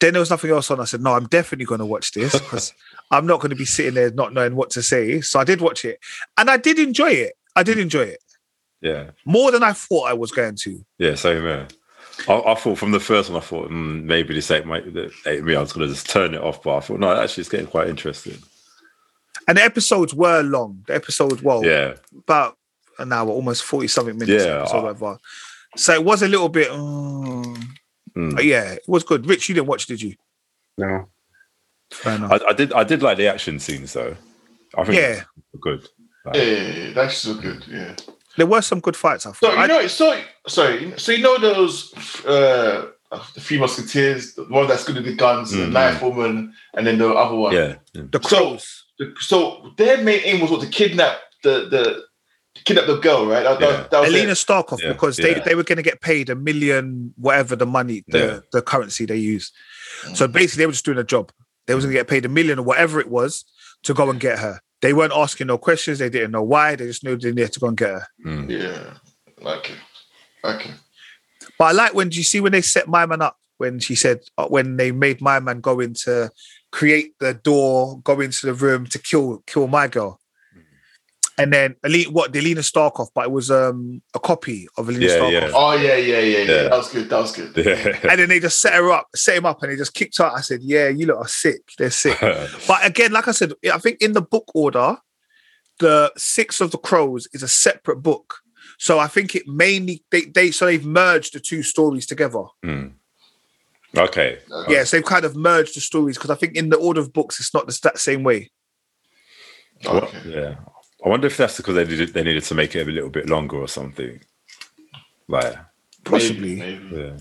B: then there was nothing else on. I said, No, I'm definitely gonna watch this because I'm not gonna be sitting there not knowing what to say. So I did watch it. And I did enjoy it. I did enjoy it.
A: yeah,
B: More than I thought I was going to.
A: yeah. Same here. I, I thought from the first one, I thought mm, maybe this ain't my that ain't me. I was gonna just turn it off, but I thought no, actually, it's getting quite interesting.
B: And the episodes were long. The episodes were
A: Yeah,
B: about an hour, almost 40 something minutes.
A: Yeah, uh,
B: episode,
A: I-
B: whatever. So it was a little bit, mm,
A: mm.
B: but yeah, it was good. Rich, you didn't watch, did you?
D: No.
B: Fair enough.
A: I, I did. I did like the action scenes though. I think
B: yeah,
A: they were good.
C: Yeah, yeah, yeah, that's so good. Yeah.
B: there were some good fights. I
C: So
B: thought.
C: you
B: I-
C: know, so sorry. So you know those uh, uh, the Three Musketeers, the one that's good with the guns, the
A: Mm.
C: Knife Woman, and then the other one.
A: yeah, yeah.
B: The crows.
C: The- So their main aim was what to kidnap the the to kidnap the girl, right? That,
A: Yeah.
C: that, that was
B: Alina
C: it.
B: Starkov
A: Yeah,
B: because they,
A: yeah.
B: they were going to get paid a million whatever the money the,
A: Yeah.
B: the currency they used. So basically, they were just doing a job. They was going to get paid a million or whatever it was to go and get her. They weren't asking no questions. They didn't know why. They just knew they needed to go and get her.
A: Mm.
C: Yeah. Okay. Okay.
B: But I like when do you see when they set my man up when she said uh, when they made my man go in to create the door, go into the room to kill kill my girl.
A: Mm.
B: And then Alina, what the Alina Starkov, but it was um a copy of Alina
A: Yeah,
B: Starkov.
A: yeah.
C: Oh yeah, yeah, yeah, yeah.
A: Yeah.
C: That was good. That was good.
A: yeah.
B: and then they just set her up, set him up, and they just kicked her. out. I said, "Yeah, you lot are sick. They're sick." but again, like I said, I think in the book order, the Six of the Crows is a separate book, so I think it mainly they, they so they've merged the two stories together.
A: Mm. Okay.
C: Okay.
B: Yeah, so they've kind of merged the stories because I think in the order of books, it's not the, that same way.
A: What-
C: Okay.
A: yeah. I wonder if that's because they needed, they needed to make it a little bit longer or something. Like,
B: Possibly,
C: Maybe, maybe.
A: yeah.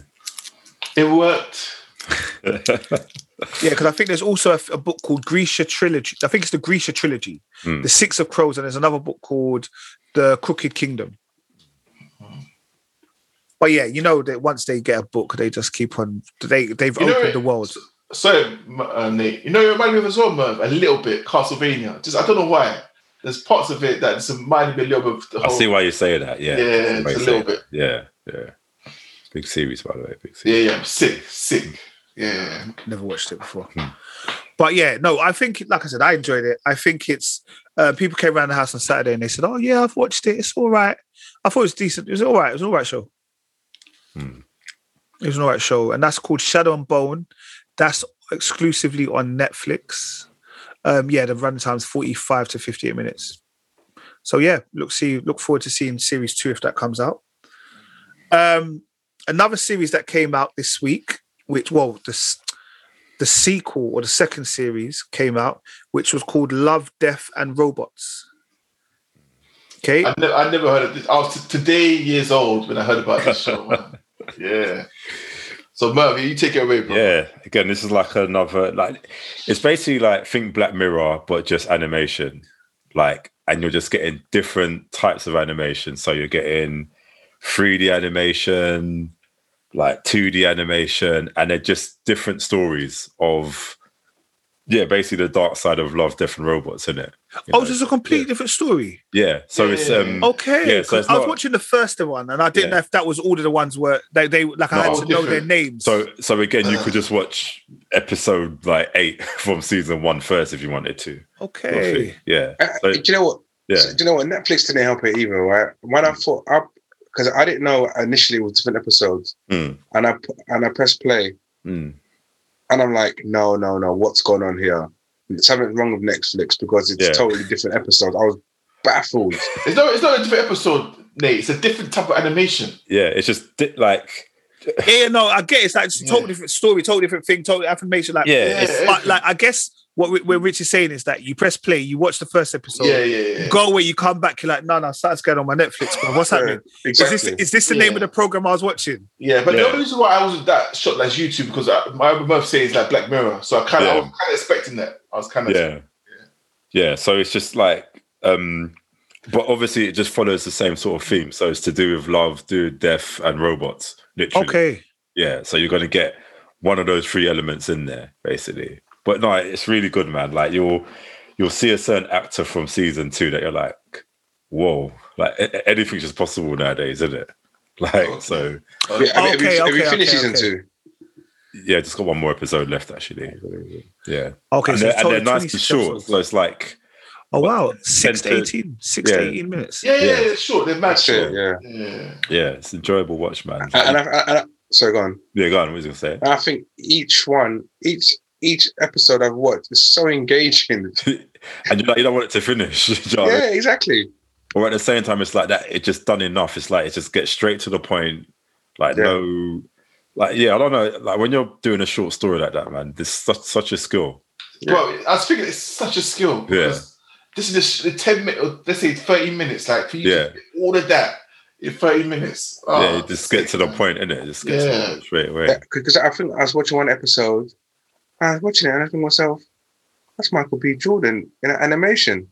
C: It worked.
B: yeah, because I think there's also a, a book called Grisha Trilogy. I think it's the Grisha Trilogy,
A: Mm.
B: the Six of Crows, and there's another book called The Crooked Kingdom. But yeah, you know that once they get a book, they just keep on. They they've
C: You know
B: opened
C: it-
B: the world.
C: So, M- uh, Nate, you know, it reminded me of as well, Merv, a little bit Castlevania. Just I don't know why. There's parts of it that just reminded me a little bit of the
A: I
C: whole.
A: see why you say that. Yeah.
C: Oh. Yeah,
A: I see
C: it's
A: why you
C: a
A: say
C: little
A: that. Yeah. Yeah. Big series, by the way. Big
C: Yeah,
A: series.
C: yeah, sick, sick. Yeah,
A: Mm.
B: Never watched it before. But yeah, no, I think like I said, I enjoyed it. I think it's uh, people came around the house on Saturday and they said, "Oh yeah, I've watched it. It's all right. I thought it was decent. It was all right. It was an all right show.
A: Hmm.
B: It was an all right show, and that's called Shadow and Bone. That's exclusively on Netflix. Um, yeah, the runtime's forty-five to fifty-eight minutes. So yeah, look see look forward to seeing series two if that comes out. Um, another series that came out this week, which well, the s- the sequel or the second series came out, which was called Love, Death, and Robots. Okay,
C: I, ne- I never heard of this. I was t- today years old when I heard about this show. man. yeah. So, Merv, you take it away, bro.
A: Yeah. Again, this is like another, like, it's basically like Think Black Mirror, but just animation. Like, and you're just getting different types of animation. So you're getting 3D animation, like 2D animation, and they're just different stories of, yeah, basically the dark side of love, different robots, in it.
B: oh, this is a completely different story.
A: Yeah. So it's um
B: Okay,
A: Yeah, so
B: 'cause
A: it's
B: I was
A: not-
B: watching the first one and I
A: Yeah.
B: didn't know if that was all of the ones where they, they like I
A: No,
B: had
A: all
B: to know their
C: different.
B: names.
A: so so again you could just watch episode like eight from season one first if you wanted to.
B: okay,
A: Yeah.
D: Uh,
A: So
D: do you know what?
A: yeah.
D: do you know what? Netflix didn't help it either, right? When I thought up, because I didn't know initially it was different episodes,
A: Mm.
D: and I pu- and I pressed play,
A: Mm.
D: and I'm like, no, no, no, what's going on here? Something wrong with Netflix because it's
A: Yeah.
D: totally different episodes. I was baffled.
C: It's not. It's not a different episode, Nate. It's a different type of animation.
A: Yeah. It's just di- like
B: yeah, yeah, no, I get it. it's like it's a totally
C: Yeah.
B: different story, totally different thing, totally affirmation. Like,
A: yeah, it's
C: Yeah.
B: but like I guess what Ri- where Rich is saying is that you press play, you watch the first episode,
C: yeah, yeah, yeah.
B: go away, you come back, you're like, no, no, something's going on my Netflix. Bro. What's happening?
D: Yeah,
B: Is this
D: exactly.
B: is this the
C: Yeah.
B: name of the program I was watching?
C: Yeah, but
A: Yeah.
C: the only reason why I wasn't that shocked as you two because I, my Merv saying it's like Black Mirror, so I kind of I
A: Yeah.
C: was kind of expecting that. I was kind of
A: yeah. Yeah. So it's just like um but obviously it just follows the same sort of theme. So it's to do with love, do with death and robots, literally.
B: Okay,
A: Yeah, so you're gonna get one of those three elements in there, basically. But no, it's really good, man. Like you'll you'll see a certain actor from season two that you're like, whoa, like a- a- anything's just possible nowadays, isn't it? Like so,
D: Yeah, have, you- have
B: Okay,
D: you, have you
B: okay,
D: finished season
B: okay, okay.
D: two?
A: yeah, just got one more episode left actually. Yeah,
B: okay,
A: and
B: so
A: they're, and
B: it's totally
A: they're nicely
B: 26
A: short,
B: episodes.
A: so it's like
B: Oh wow, six to
A: to-
B: 18, six to
A: yeah.
B: 18 minutes.
C: yeah, yeah,
A: Yeah.
C: yeah, sure. They're mad
D: That's it,
C: short.
D: yeah.
C: Yeah.
A: yeah, it's enjoyable watch, man.
D: And, and I, and I, sorry, go on.
A: yeah, go on, what was you gonna
D: And I think each one, each each episode I've watched is so engaging.
A: say? and you're like, you don't want it to finish. do you know what I mean?
D: Yeah, exactly.
A: Or at the same time, it's like that. It just done enough. It's like it just gets straight to the point. Like
D: Yeah.
A: no, like yeah, I don't know. Like when you're doing a short story like that, man, this such such a skill.
C: Bro, I was thinking it's such a skill. because This is just the 10 minutes, let's say 30 minutes, like for you
A: Yeah.
C: to get all of that in 30 minutes. Oh,
A: yeah, you just get to the point, innit? Just get to the
C: Yeah.
A: point straight away.
D: Because I think I was watching one episode, I was watching it and I think to myself, that's Michael B. Jordan in an animation.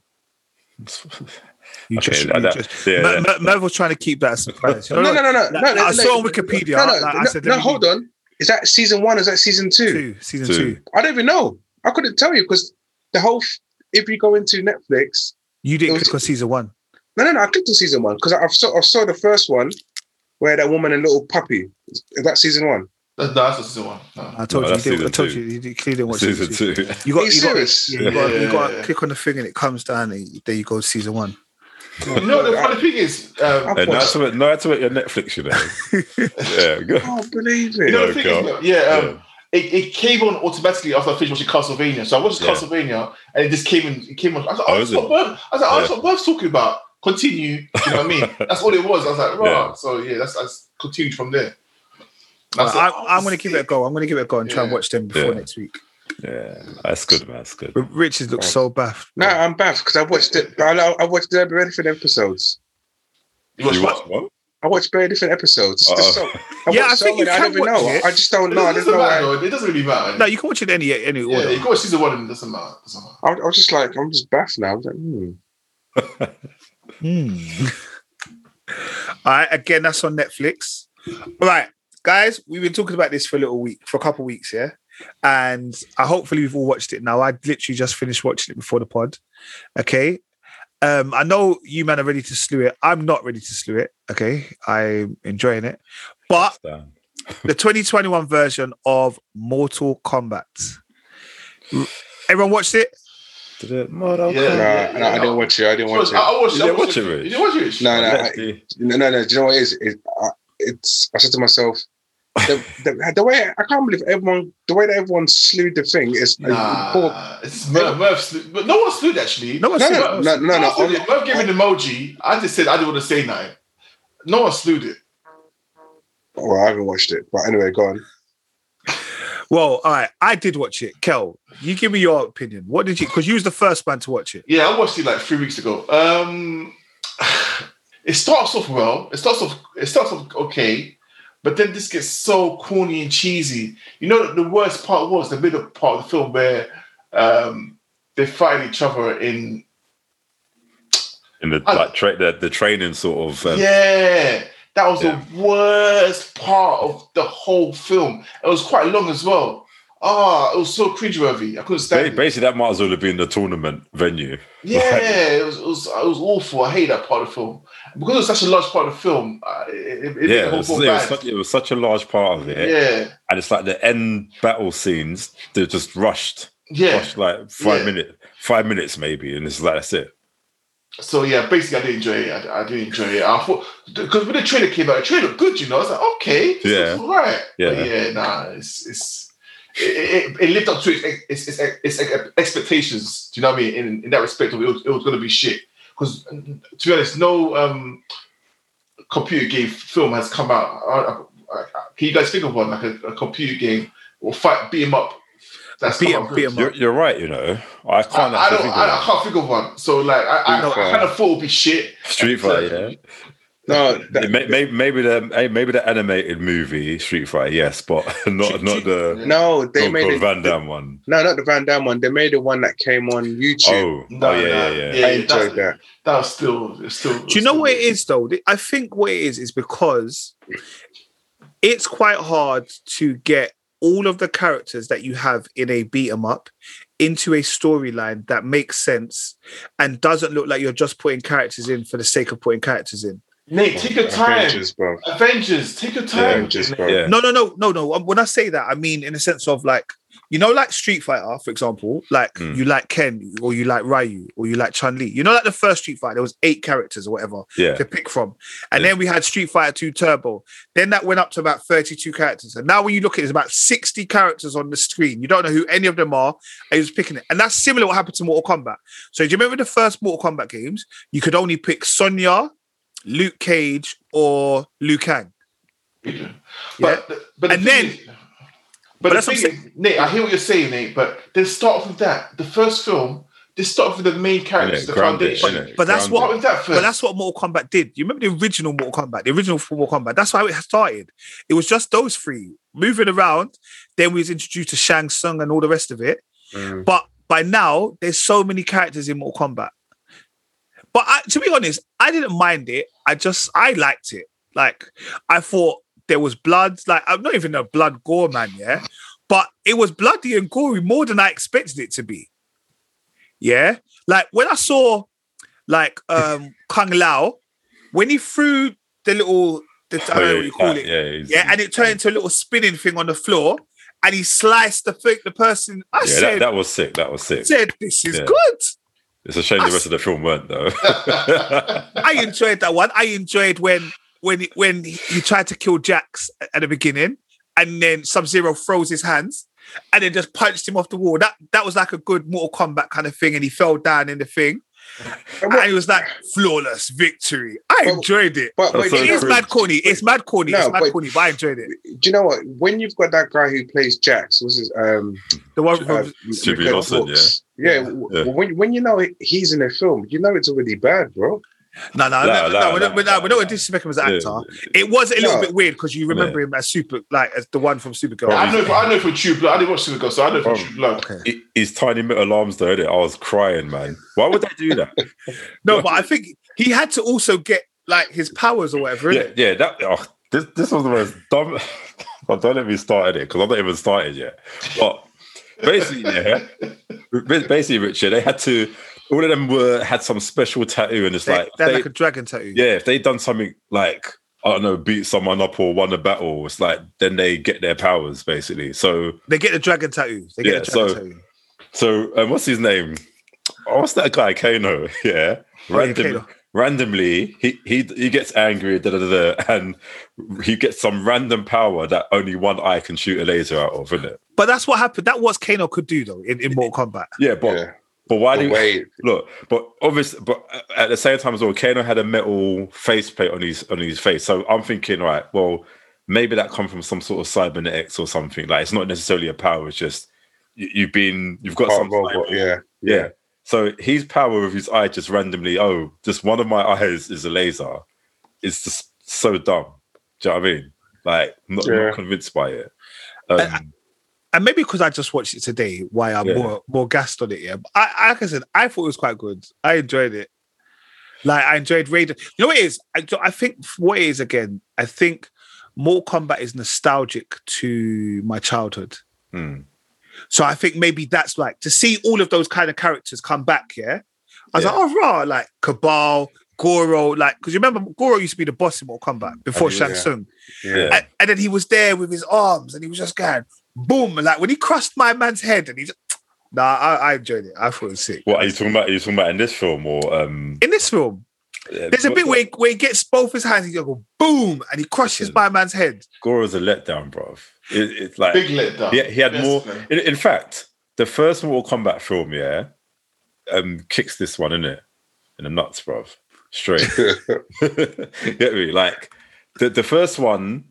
B: You
A: Okay,
B: just,
A: like
B: you
A: that.
B: just
A: Yeah,
B: Mer-
A: yeah.
B: Mer- Merv was trying to keep that a surprise. You know,
D: No, no,
B: like,
D: no, no. no, no,
B: I saw on Wikipedia,
D: No, no,
B: like, I
D: no,
B: said,
D: no,
B: let me-
D: hold on. Is that season one? Or is that season two?
B: two, season
A: Two.
B: two.
D: I don't even know. I couldn't tell you because the whole. F- if you go into Netflix,
B: You
D: It
B: didn't
D: was-
B: click on season one.
D: no, no, no. I clicked on season one because I, I saw I saw the first one where that woman and little puppy. Is that season one?
C: That, that's the season one. No.
B: I told
A: No,
B: you, you
A: that's
B: didn't, I
A: season
B: told
A: two.
B: you, you didn't- clearly didn't watch
A: Season
B: season two.
A: two.
B: You
D: Are you
B: got, you got,
D: serious?
B: yeah, you got, you
C: Yeah.
B: got to click on the thing and it comes down and there you go, season one.
C: You know, the funny thing is, um,
D: I
A: And
D: watched,
A: that's what, no, that's what your Netflix, you know. yeah, go.
D: I can't believe
C: you
D: it.
C: know,
A: Oh,
C: the thing
A: God.
C: is, yeah, um,
A: Yeah.
C: It, it came on automatically after I finished watching Castlevania. So I watched
A: Yeah.
C: Castlevania and it just came in. It came on. I was like,
A: Oh,
C: oh,
A: is
C: that's
A: it?
C: what Merv, I was like, oh, that's
A: Yeah.
C: what Merv's talking about. Continue. You know what I mean? That's all it was. I was like, right.
A: Yeah.
C: So yeah, that's, that's continued from there. And
B: I
C: was like, oh,
B: I, am going to give it a go. I'm going to give it a go and try and
C: Yeah.
B: watch them before
A: Yeah.
B: next week.
A: Yeah, that's good, man. That's good.
B: But Richard looks
D: Right.
B: so baffed.
D: No, I'm baffed because I watched it. I, I watched the very different episodes.
C: You watched
A: You
C: what? Uh,
A: watch one?
D: I watched very different episodes.
A: Uh-oh.
D: There's so- I
B: Yeah,
D: watched
B: I
D: so
B: think you
D: many, I
B: can
D: don't even
B: watch
D: know.
B: it.
D: I just don't
C: It
D: know.
C: doesn't,
D: There's no way.
C: matter. though. It doesn't really matter.
B: No, you can watch it any any
C: yeah,
B: order.
C: you can watch season one and it doesn't matter. It doesn't matter.
D: I, I was just like, I'm just baffed now. I was like, hmm.
B: Hmm. All right, again, that's on Netflix. All right, guys, we've been talking about this for a little week, for a couple weeks, yeah. And I hopefully we've all watched it now. I literally just finished watching it before the pod. Okay. Um, I know you men are ready to slew it. I'm not ready to slew it. Okay. I'm enjoying it. But
A: Damn.
B: the 2021 version of Mortal Kombat. Everyone watched it?
A: Did it? Mortal
C: Yeah.
A: Kombat.
D: no, no, I didn't watch it. I didn't watch
C: I,
D: it.
C: I watched,
A: You
C: I
A: didn't
C: watched
A: watch it, Rich?
C: You didn't watch it, Rich?
D: No, no, I,
A: Let's do-
D: no, no, no. Do you know what it is? It, I, it's. I said to myself, the, the, the way I can't believe everyone, the way that everyone slewed the thing is. poor-
C: Nah, it's Merv. Merv slew, but no one slewed actually.
B: No one
D: No,
B: said
A: Oh,
D: no, no, no, no.
C: Merv,
D: on-
C: slewed it. Merv gave an emoji. I just said I didn't want to say nothing. No one slewed it.
D: Well, I haven't watched it, but anyway, go on.
B: Well, all right, I did watch it. Kel, you give me your opinion. What did you? Because you was the first man to watch it.
C: Yeah, I watched it like three weeks ago. Um, it starts off well. It starts off. It starts off okay, but then this gets so corny and cheesy. You know, the worst part was the middle part of the film where um, they fight each other in.
A: In the
C: Uh,
A: like tra- the, the training sort of um,
C: yeah, that was
A: yeah.
C: the worst part of the whole film. It was quite long as well. Ah, it was so cringeworthy. I couldn't
A: ba-
C: stand it.
A: basically that might as well have been the tournament venue.
C: Yeah, it was, it was it was awful. I hate that part of the film because it was such a large part of the film. uh, It, it, it made the
A: yeah, it
C: whole
A: was,
C: film
A: it, was
C: bad.
A: such, it was such a large part of it,
C: yeah,
A: and it's like the end battle scenes they're just rushed,
C: yeah.
A: rushed like five
C: Yeah.
A: minute, five minutes maybe, and it's like that's it.
C: So yeah, basically, I didn't enjoy it. I, I didn't enjoy it. I thought because when the trailer came out, the trailer looked good. You know, I was like, okay, this
A: Yeah.
C: looks all right.
A: Yeah.
C: but yeah. Nah, it's it's. It, it, it lived up to its, its, its, its expectations. Do you know what I mean? In, in that respect, of it was, it was going to be shit. Because to be honest, no um, computer game film has come out. I, I, I, can you guys think of one like a, a computer game or fight beat 'em up? That's come
B: Beat 'em-
C: out good?
B: beat 'em
A: You're, you're right, you know. I can't
C: I, I
A: actually
C: don't.
A: think
C: I, I
A: of
C: can't think of one. So like, I, I,
D: Street
C: I kind
D: Fighter.
C: of thought it would be shit.
A: one. Street Fighter, yeah.
D: No, that,
A: Maybe, maybe, maybe the hey, maybe the animated movie Street Fighter, yes, but not not the
D: no, they
A: Jean-Claude
D: made it.
A: Van Damme one.
D: No, not the Van Damme one. They made the one that came on YouTube.
A: Oh, oh
C: No,
A: yeah,
C: no,
A: yeah, yeah,
D: I
C: yeah,
D: enjoyed that.
C: that's- That was still. It's still.
B: Do you know what it is though? I think what it is is because it's quite hard to get all of the characters that you have in a beat 'em up into a storyline that makes sense and doesn't look like you're just putting characters in for the sake of putting characters in.
C: Nate, take your time. Avengers,
D: Avengers, bro.
C: take your time.
D: Avengers, bro.
A: yeah.
B: No, no, no, no, no. Um, When I say that, I mean in the sense of like, you know, like Street Fighter, for example, like
A: Mm.
B: you like Ken or you like Ryu or you like Chun Li. You know, like the first Street Fighter, there was eight characters or whatever
A: yeah.
B: to pick from, and
A: Yeah.
B: then we had Street Fighter Two Turbo. Then that went up to about thirty-two characters, and now when you look at it, it's about sixty characters on the screen. You don't know who any of them are, and you're just picking it. And that's similar to what happened to Mortal Kombat. So do you remember the first Mortal Kombat games? You could only pick Sonya, Luke Cage, or Liu Kang.
C: But but
B: And
C: the
B: then-
C: thing is- but,
B: that's
C: the
B: what
C: thing is, Nate, I hear what you're saying, Nate. But then start off with that. The first film, They start with the main characters,
A: Innit?
C: the
A: Ground it,
C: foundation.
A: innit?
B: But that's
A: Ground
C: What
A: it.
C: was that first?
B: But that's what Mortal Kombat did. You remember the original Mortal Kombat, the original Mortal Kombat. That's how it started. It was just those three moving around. Then we was introduced to Shang Tsung and all the rest of it.
D: Mm.
B: But by now, there's so many characters in Mortal Kombat. But I, to be honest, I didn't mind it. I just I liked it. Like I thought there was blood. Like I'm not even a blood gore man, yeah. But it was bloody and gory more than I expected it to be. Yeah, like when I saw like um Kung Lao when he threw the little the, I
A: Oh,
B: don't know what
A: yeah,
B: you call
A: that-
B: it.
A: Yeah, it's-
B: Yeah, and it turned into a little spinning thing on the floor, and he sliced the thing, the person. I
A: yeah,
B: said,
A: that, that was sick. That was sick.
B: said, "This is
A: Yeah.
B: good."
A: It's a shame the rest of the film weren't though.
B: I enjoyed that one. I enjoyed when when when he tried to kill Jax at the beginning, and then Sub Zero throws his hands and then just punched him off the wall. That that was like a good Mortal Kombat kind of thing, and he fell down in the thing. And it was like flawless victory. I
D: Well,
B: enjoyed it.
D: But wait,
A: That's so
B: It
D: do, you
B: is
D: know,
A: true.
B: mad corny. It's mad corny.
D: No,
B: it's mad
D: but-
B: corny, but I enjoyed it.
D: do you know what? When you've got that guy who plays Jax, was his um,
B: The one
D: uh,
B: from
A: Jimmy
D: Michael
A: Lawson,
D: Brooks. yeah.
B: Yeah.
D: w-
A: Yeah.
D: w- When when you know he's in a film, you know it's already bad, bro.
B: no, no,
A: Nah,
B: no,
A: nah,
B: no, we're not-
A: nah,
B: we're not- we're
A: nah.
B: not disrespecting him as an
A: Yeah.
B: actor. It was a little
D: No.
B: bit weird because you remember him as super, like as the one from Supergirl.
C: I know. For, I know for True Blood. I didn't watch Supergirl, so I know for
A: Oh.
C: True Blood.
B: Okay.
A: It- His tiny metal arms though, innit? I was crying, man. Why would they do that?
B: No, but I think he had to also get like his powers or whatever.
A: yeah,
B: innit?
A: yeah. That oh, this this was the most dumb. oh, don't let me start it because I'm not even started yet. But basically, yeah, ba- basically, Richard, they had to. All of them were had some special tattoo, and it's
B: They,
A: like,
B: they had
A: they-
B: like a dragon tattoo.
A: yeah, if they done something like I don't know, beat someone up or won a battle, it's like then they get their powers basically. So
B: They get the dragon tattoo. They get
A: Yeah,
B: the dragon
A: so-
B: tattoo.
A: so um, what's his name? Oh, what's that guy Kano? Yeah,
B: Oh, yeah,
A: randomly.
B: Kano.
A: Randomly, he, he he gets angry, da, da, da, da, and he gets some random power that only one eye can shoot a laser out of, isn't it?
B: But that's what happened. That was Kano could do though in, in Mortal Kombat.
A: Yeah, but
D: Yeah.
A: but why
D: But
A: do
D: wait,
A: look? But obviously, but at the same time as well, Kano had a metal faceplate on his on his face, so I'm thinking, right, well, maybe that come from some sort of cybernetics or something. Like it's not necessarily a power; it's just you, you've been you've got
D: part
A: some
D: robot,
A: cyber-
D: yeah,
A: yeah. So his power of his eye just randomly, oh, just one of my eyes is a laser. It's just so dumb. Do you know what I mean? Like, not,
D: Yeah.
A: not convinced by it. Um,
B: And maybe because I just watched it today, why I'm
A: Yeah.
B: more more gassed on it. Yeah, But I, I- like I said, I thought it was quite good. I enjoyed it. Like I enjoyed Raiden. You know what it is? I, I think what it is again. I think Mortal Kombat is nostalgic to my childhood.
A: hmm.
B: So I think maybe that's like to see all of those kind of characters come back. Yeah, I was
A: Yeah.
B: like, oh rah, like Cabal, Goro, like because you remember Goro used to be the boss in Mortal Kombat before
D: do,
B: Shang
D: yeah.
B: Tsung,
D: yeah.
A: Yeah.
B: and, and then he was there with his arms, and he was just going boom, like when he crushed my man's head, and he just nah, I, I enjoyed it. I thought it was sick.
A: What are you talking about? Are you talking about in this film or um
B: In this film, there's a bit where he, where he gets both his hands, he go boom, and he crushes
D: Mm.
A: Listen.
B: my man's head.
A: Goro's a letdown, bruv. It, it's like
C: Big letdown.
A: Yeah, he had
C: Yes,
A: more.
C: man.
A: In, in fact, the first Mortal Kombat film, yeah, um, kicks this one in it in the nuts, bruv. Straight. Get me? Like the the first one,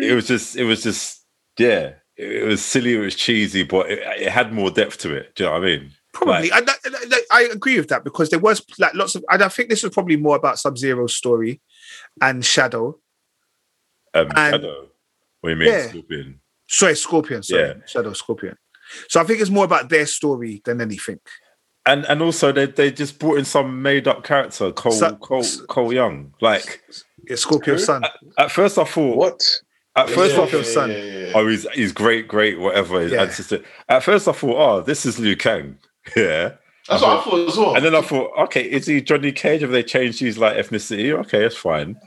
A: it was just, it was just, yeah, it, it was silly, it was cheesy, but it, it had more depth to it. Do you know what I mean?
B: Probably, I, I, I agree with that because there was like lots of. And I think this was probably more about Sub Zero's story and Shadow.
A: Um,
B: And-
A: Shadow. What do you mean?
B: Yeah.
A: Scorpion.
B: Sorry, Scorpion. Sorry,
A: Yeah.
B: Shadow Scorpion. So I think it's more about their story than anything.
A: And and also they they just brought in some made up character, Cole
B: So-
A: Cole Cole Young. Like
B: It's Scorpion's son.
A: at first I thought
D: What?
A: at first
B: Yeah.
A: I thought
B: of Sun.
C: yeah, yeah, yeah.
A: oh, he's he's great, great, whatever. His
B: Yeah.
A: ancestor. At first, I thought, oh, this is Liu Kang. Yeah.
C: That's what I thought as well.
A: And then I thought, okay, is he Johnny Cage? Have they changed his like ethnicity? Okay, that's fine.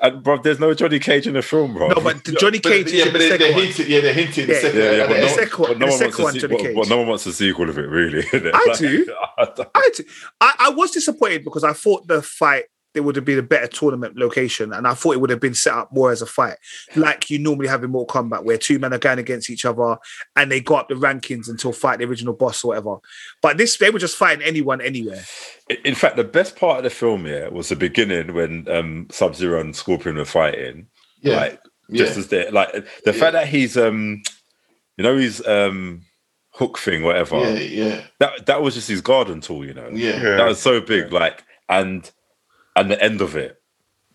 A: And bro, there's no Johnny Cage in the film, bro.
B: No, but the Johnny Cage
C: but, yeah,
B: is in the
C: but they,
B: second
C: they
B: one.
C: hinted. Yeah, they hinted.
B: Yeah,
C: the second,
A: yeah, yeah,
C: at the
A: but
B: the
A: no, but no
B: second one- the
C: end.
A: one
B: second one,
A: wants a
B: Johnny
A: sequel, but,
B: Cage.
A: but no one wants a sequel of it, really. innit?
B: I
A: Like,
B: do. I, d- I- I was disappointed because I thought the fight there would have been a better tournament location, and I thought it would have been set up more as a fight, like you normally have in Mortal Kombat, where two men are going against each other and they go up the rankings until fight the original boss or whatever. But this, they were just fighting anyone, anywhere.
A: In- In fact, the best part of the film, yeah, was the beginning when um, Sub Zero and Scorpion were fighting.
C: Yeah.
A: Like, just as they like the fact that he's um you know he's um hook thing, whatever.
C: Yeah, yeah,
A: That that was just his garden tool, you know.
C: yeah.
A: That was so big, like and and the end of it.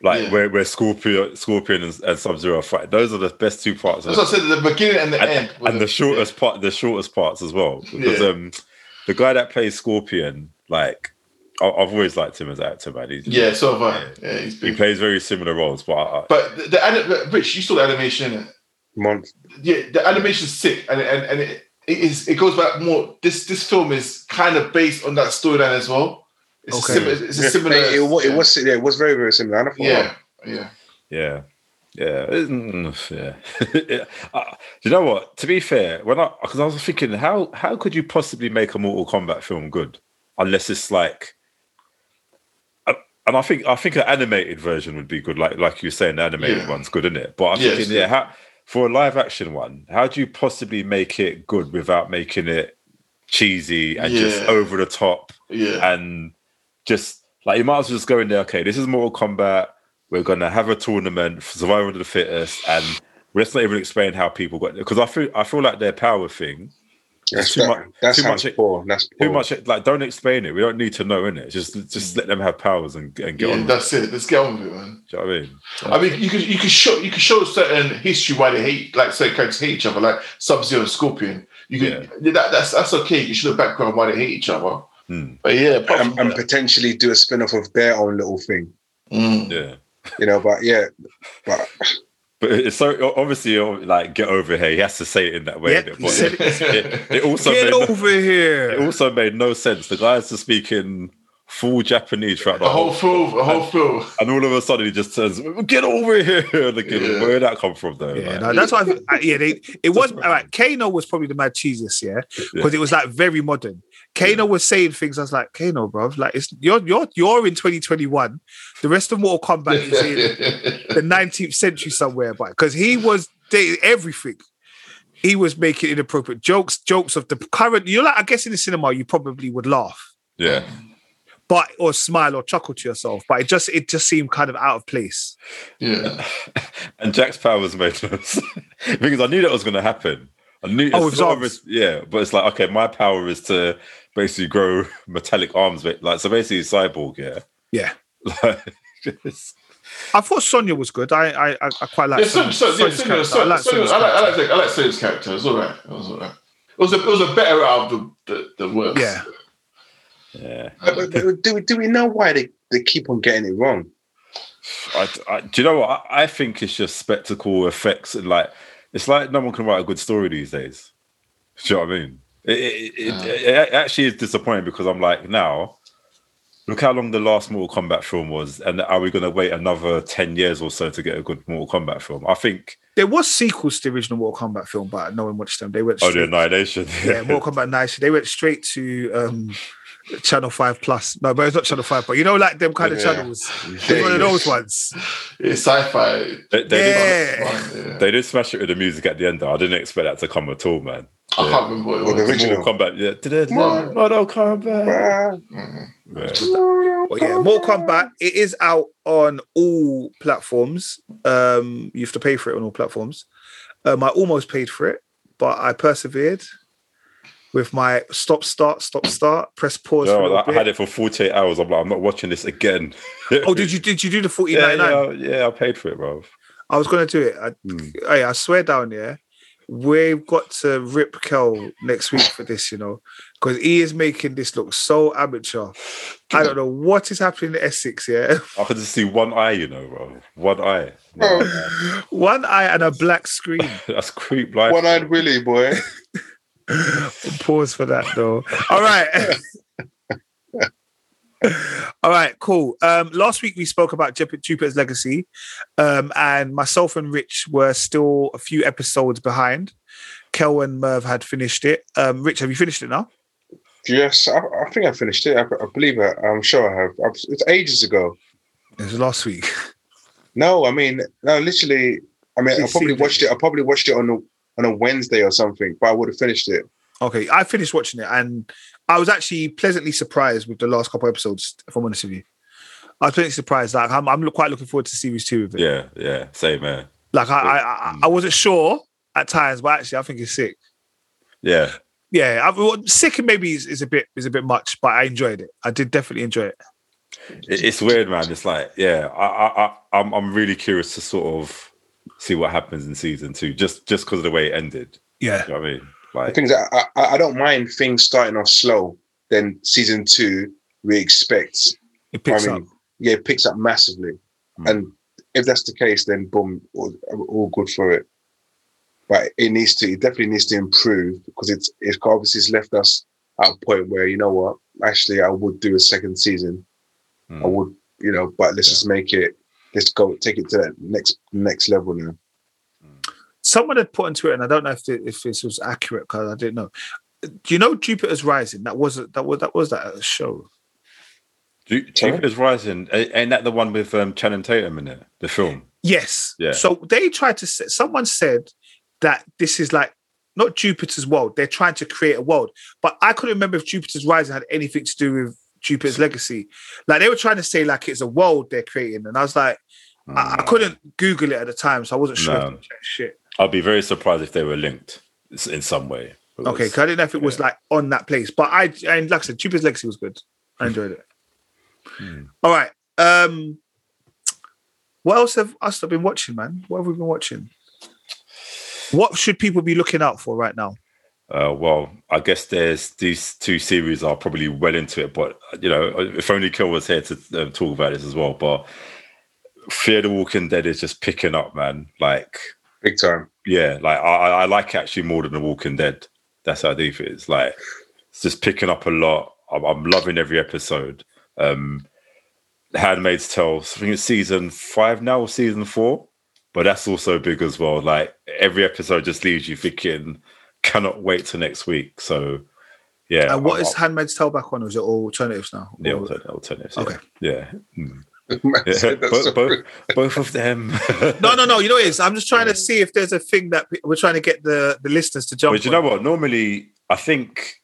A: Like
C: Yeah.
A: where, where Scorpion Scorpion and, and Sub Zero fight. Those are the best two parts of
C: That's what I said at the beginning and the
A: and,
C: end.
A: and the shortest part, the shortest parts as well, because
C: Yeah.
A: um, the guy that plays Scorpion, like I, I've always liked him as an actor, man. He's,
C: Yeah, so have I. Yeah, he's
A: he
C: big.
A: plays very similar roles, but I, I-
C: But the, the anim- but Rich, you saw the animation. innit?
D: Month.
C: Yeah, the animation's sick, and and and it it, is, it goes back more. This this film is kind of based on that storyline as well. It's
B: Okay.
C: similar. It's a
D: It,
C: similar.
D: it, wa- it was yeah, it was very very similar. And I thought,
C: Yeah, yeah.
A: yeah, yeah, Mm, yeah. yeah. Uh, do you know what? To be fair, when I because I was thinking, how how could you possibly make a Mortal Kombat film good unless it's like. uh, And I think I think an animated version would be good, like like you were saying, the animated
C: Yeah.
A: one's good, isn't it? But I'm
C: Yeah, it's
A: thinking,
C: good.
A: yeah, how, for a live action one, how do you possibly make it good without making it cheesy and just
C: Yeah.
A: over the top
C: Yeah,
A: and just like you might as well just go in there. Okay, this is Mortal Kombat. We're gonna have a tournament, for survival of the fittest, and let's not even explain how people got because I feel I feel like their power thing.
D: That's
A: Too
D: that,
A: much-
D: that
A: too
D: sounds
A: much-
D: poor. That's poor.
A: Too much like don't explain it. We don't need to know in it. Just just let them have powers and, and get
C: yeah.
A: on. With it.
C: That's it. Let's get on with it, man.
A: Do you know what I mean?
C: I mean, you could you could show you could show certain history why they hate like certain characters hate each other, like Sub Zero and Scorpion. You could that, that's that's okay. You show the background why they hate each other.
A: Hmm.
C: But yeah, apart
D: And,
C: from
D: and
C: that-
D: potentially do a spin off of their own little thing,
C: Mm.
A: Yeah.
D: you know. But yeah, but
A: But it's so obviously oh, like get over here. He has to say it in that way.
B: Yep,
A: innit?
B: he
A: But
B: said
A: it, it, it also
B: Get
A: made no-
B: over
A: it
B: here.
A: also made no sense. The guys are speaking full Japanese throughout
C: a whole film, a whole film.
A: And all of a sudden, he just turns, "Get over here!" And again,
C: Yeah.
A: where did that come from, though?
B: Yeah,
A: Like,
B: no, that's why. I- I- Yeah, they. It was all right. Kano was probably the mad cheesiest, yeah, because it was like very modern. Kano was saying things. I was like, Kano, bro, like it's you're you're you're in 2021. The rest of Mortal Kombat is in the 19th century somewhere, but because he was dating everything. He was making inappropriate jokes, jokes of the current. You're like, I guess in the cinema, you probably would laugh,
A: yeah,
B: but or smile or chuckle to yourself. But it just it just seemed kind of out of place.
C: yeah,
A: and Jack's powers made no sense because I knew that was going to happen. I knew.
B: Oh,
A: it's
B: with
A: sort of
B: arms.
A: res- yeah, but it's like okay, my power is to basically grow metallic arms, but like so basically cyborg, yeah,
B: Yeah.
A: like, just,
B: I thought Sonya was good. I I I I quite like
C: yeah. Son, son, yeah,
B: Sonya's
C: son,
B: character.
C: son,
B: I like
C: son,
B: Sonya's
C: I like, I
B: character.
C: like, I like Sonya's character. It was alright. It was alright. It was a, it was a better out of the the, the works.
B: Yeah.
A: yeah.
D: But- but do, we- do we know why they, they keep on getting it wrong?
A: I, I- do you know what? I, I think it's just spectacle effects and like it's like no one can write a good story these days. Do you know what I mean? It, it, it,
C: Ah.
A: it- it actually is disappointing because I'm like, now look how long the last Mortal Kombat film was, and are we going to wait another ten years or so to get a good Mortal Kombat film? I think
B: There was sequels to the original Mortal Kombat film, but no one watched them. They went
A: Oh, the
B: straight,
A: Annihilation.
B: yeah, Mortal Kombat Nice. They went straight to um Channel Five Plus. No, but it's not Channel Five, but you know, like them kind of
D: Yeah.
B: channels. It's one of those ones.
C: It's sci-fi.
A: they, they did,
B: yeah.
C: Yeah.
A: they did smash it with the music at the end. Though. I didn't expect that to come at all, man.
C: I can't remember what it
D: Well,
C: was.
D: the
A: The
D: original.
A: Mortal Kombat, yeah. Did it-
C: Mortal-
A: Mortal Kombat.
C: Mm-hmm.
A: Yeah.
B: But yeah, Mortal Kombat, it is out on all platforms. Um, you have to pay for it on all platforms. Um, I almost paid for it, but I persevered with my stop, start, stop, start, press pause.
A: You know
B: for a
A: what,
B: little
A: I
B: bit.
A: had it for 48 hours. I'm like, I'm not watching this again.
B: Oh, did you did you do the fourteen
A: Yeah,
B: ninety nine?
A: yeah, Hmm. yeah, I paid for it, bro.
B: I was gonna do it. I, hey, I swear down here, we've got to rip Kel next week for this, you know, because he is making this look so amateur. I don't know what is happening in Essex, yeah.
A: I could just see one eye, you know, bro. One eye.
D: Oh.
B: One eye and a black screen.
A: That's creep life.
D: One eyed Willy boy.
B: Pause for that though. All right. All right, cool. Um, last week we spoke about Jup- Jupiter's Legacy, um, and myself and Rich were still a few episodes behind. Kel and Merv had finished it. Um, Rich, have you finished it now?
D: Yes, I, I think I finished it. I, I believe it. I'm sure I have. I, it's ages ago.
B: It was last week.
D: No, I mean, no, literally. I mean, I
B: It's
D: probably
B: seen
D: watched it. I probably watched it on a, on a Wednesday or something, but I would have finished it.
B: Okay, I finished watching it, and I was actually pleasantly surprised with the last couple episodes. If I'm honest with you, I was pleasantly surprised. Like I'm, I'm quite looking forward to series two of it.
A: Yeah, yeah, same man.
B: Like I, I, I, I wasn't sure at times, but actually, I think it's sick.
A: Yeah,
B: yeah, I, well, sick and maybe is, is a bit is a bit much, but I enjoyed it. I did definitely enjoy it.
A: It- It's weird, man. It's like, yeah, I, I, I, I'm, I'm really curious to sort of see what happens in season two, just, just because of the way it ended.
B: Yeah,
A: You know what I mean?
D: The
A: Like,
D: thing is, I, I, I don't mind things starting off slow. Then season two, we expect,
B: it picks
D: I mean,
B: up.
D: yeah, it picks up massively.
A: Mm.
D: And if that's the case, then boom, all, all good for it. But it needs to, it definitely needs to improve because it's, it's obviously it's left us at a point where, you know what, actually, I would do a second season.
A: Mm.
D: I would, you know, but let's
A: Yeah.
D: just make it, let's go, take it to that next, next level now.
B: Someone had put into it, and I don't know if it, if this was accurate because I didn't know. Do you know Jupiter's Rising? That was that was that was that show.
A: Ju- Jupiter's Rising, a- ain't that the one with um, Channing Tatum in it? The film.
B: Yes.
A: Yeah.
B: So they tried to. Say, someone said that this is like not Jupiter's world. They're trying to create a world, but I couldn't remember if Jupiter's Rising had anything to do with Jupiter's Legacy. Like they were trying to say like it's a world they're creating, and I was like, I,
A: Mm.
B: I couldn't Google it at the time, so I wasn't sure.
A: No.
B: If that shit.
A: I'd be very surprised if they were linked s- in some way. Because-
B: Okay, because I didn't know if it was
A: Yeah.
B: like on that place, but I and like I said, Jupiter's Legacy was good. I enjoyed it. All right. Um What else have us been watching, man? What have we been watching? What should people be looking out for right now?
A: Uh, well, I guess there's these two series are probably well into it, but you know, uh, if only Kill was here to um, talk about this as well. But Fear the Walking Dead is just picking up, man. Like,
D: Big time.
A: yeah, like I, I- I like it actually more than The Walking Dead. That's how deep it is. Like, it's just picking up a lot. I'm, I'm loving every episode. Um, Handmaid's Tale, I think it's season five now or season four, but that's also big as well. Like, every episode just leaves you thinking, cannot wait till next week. So, yeah.
B: and what
A: I'm-
B: is Handmaid's Tale back on? Or is it all alternatives now?
A: I'm- yeah,
B: Or-
A: altern- alternatives. yeah.
B: Okay.
A: Yeah. Mm.
D: Man
A: yeah.
D: said that's
A: both,
D: so-
A: both, both of them.
B: no, no, no. You know what it is. I'm just trying to see if there's a thing that pe- we're trying to get the the listeners to jump.
A: But you
B: on.
A: know what? Normally, I think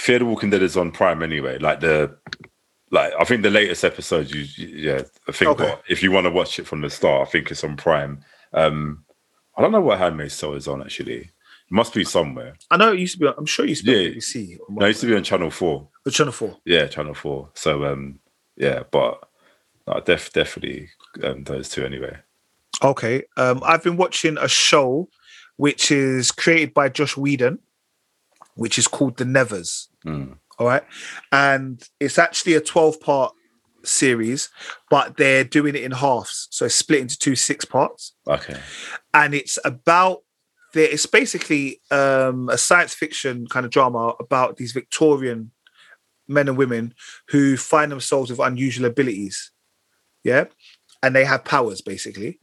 A: Fear the Walking Dead is on Prime anyway. Like the, like I think the latest episodes. You, you- yeah, I think
B: Okay.
A: what- if you want to watch it from the start, I think it's on Prime. Um, I don't know what Handmaid's Tale is on actually. It must be somewhere.
B: I know it used to be. on- I'm sure it used to be
A: Yeah.
B: on BBC. Or
A: No, it used to be on Channel Four.
B: or Channel Four.
A: Yeah, Channel Four. So um, yeah, but no, def- definitely um, those two anyway.
B: Okay. Um, I've been watching a show which is created by Josh Whedon, which is called The Nevers.
A: Mm.
B: All right. And it's actually a 12 part series, but they're doing it in halves. So it's split into two six parts.
A: Okay.
B: And it's about, the- it's basically um, a science fiction kind of drama about these Victorian men and women who find themselves with unusual abilities. Yeah. And they have powers basically.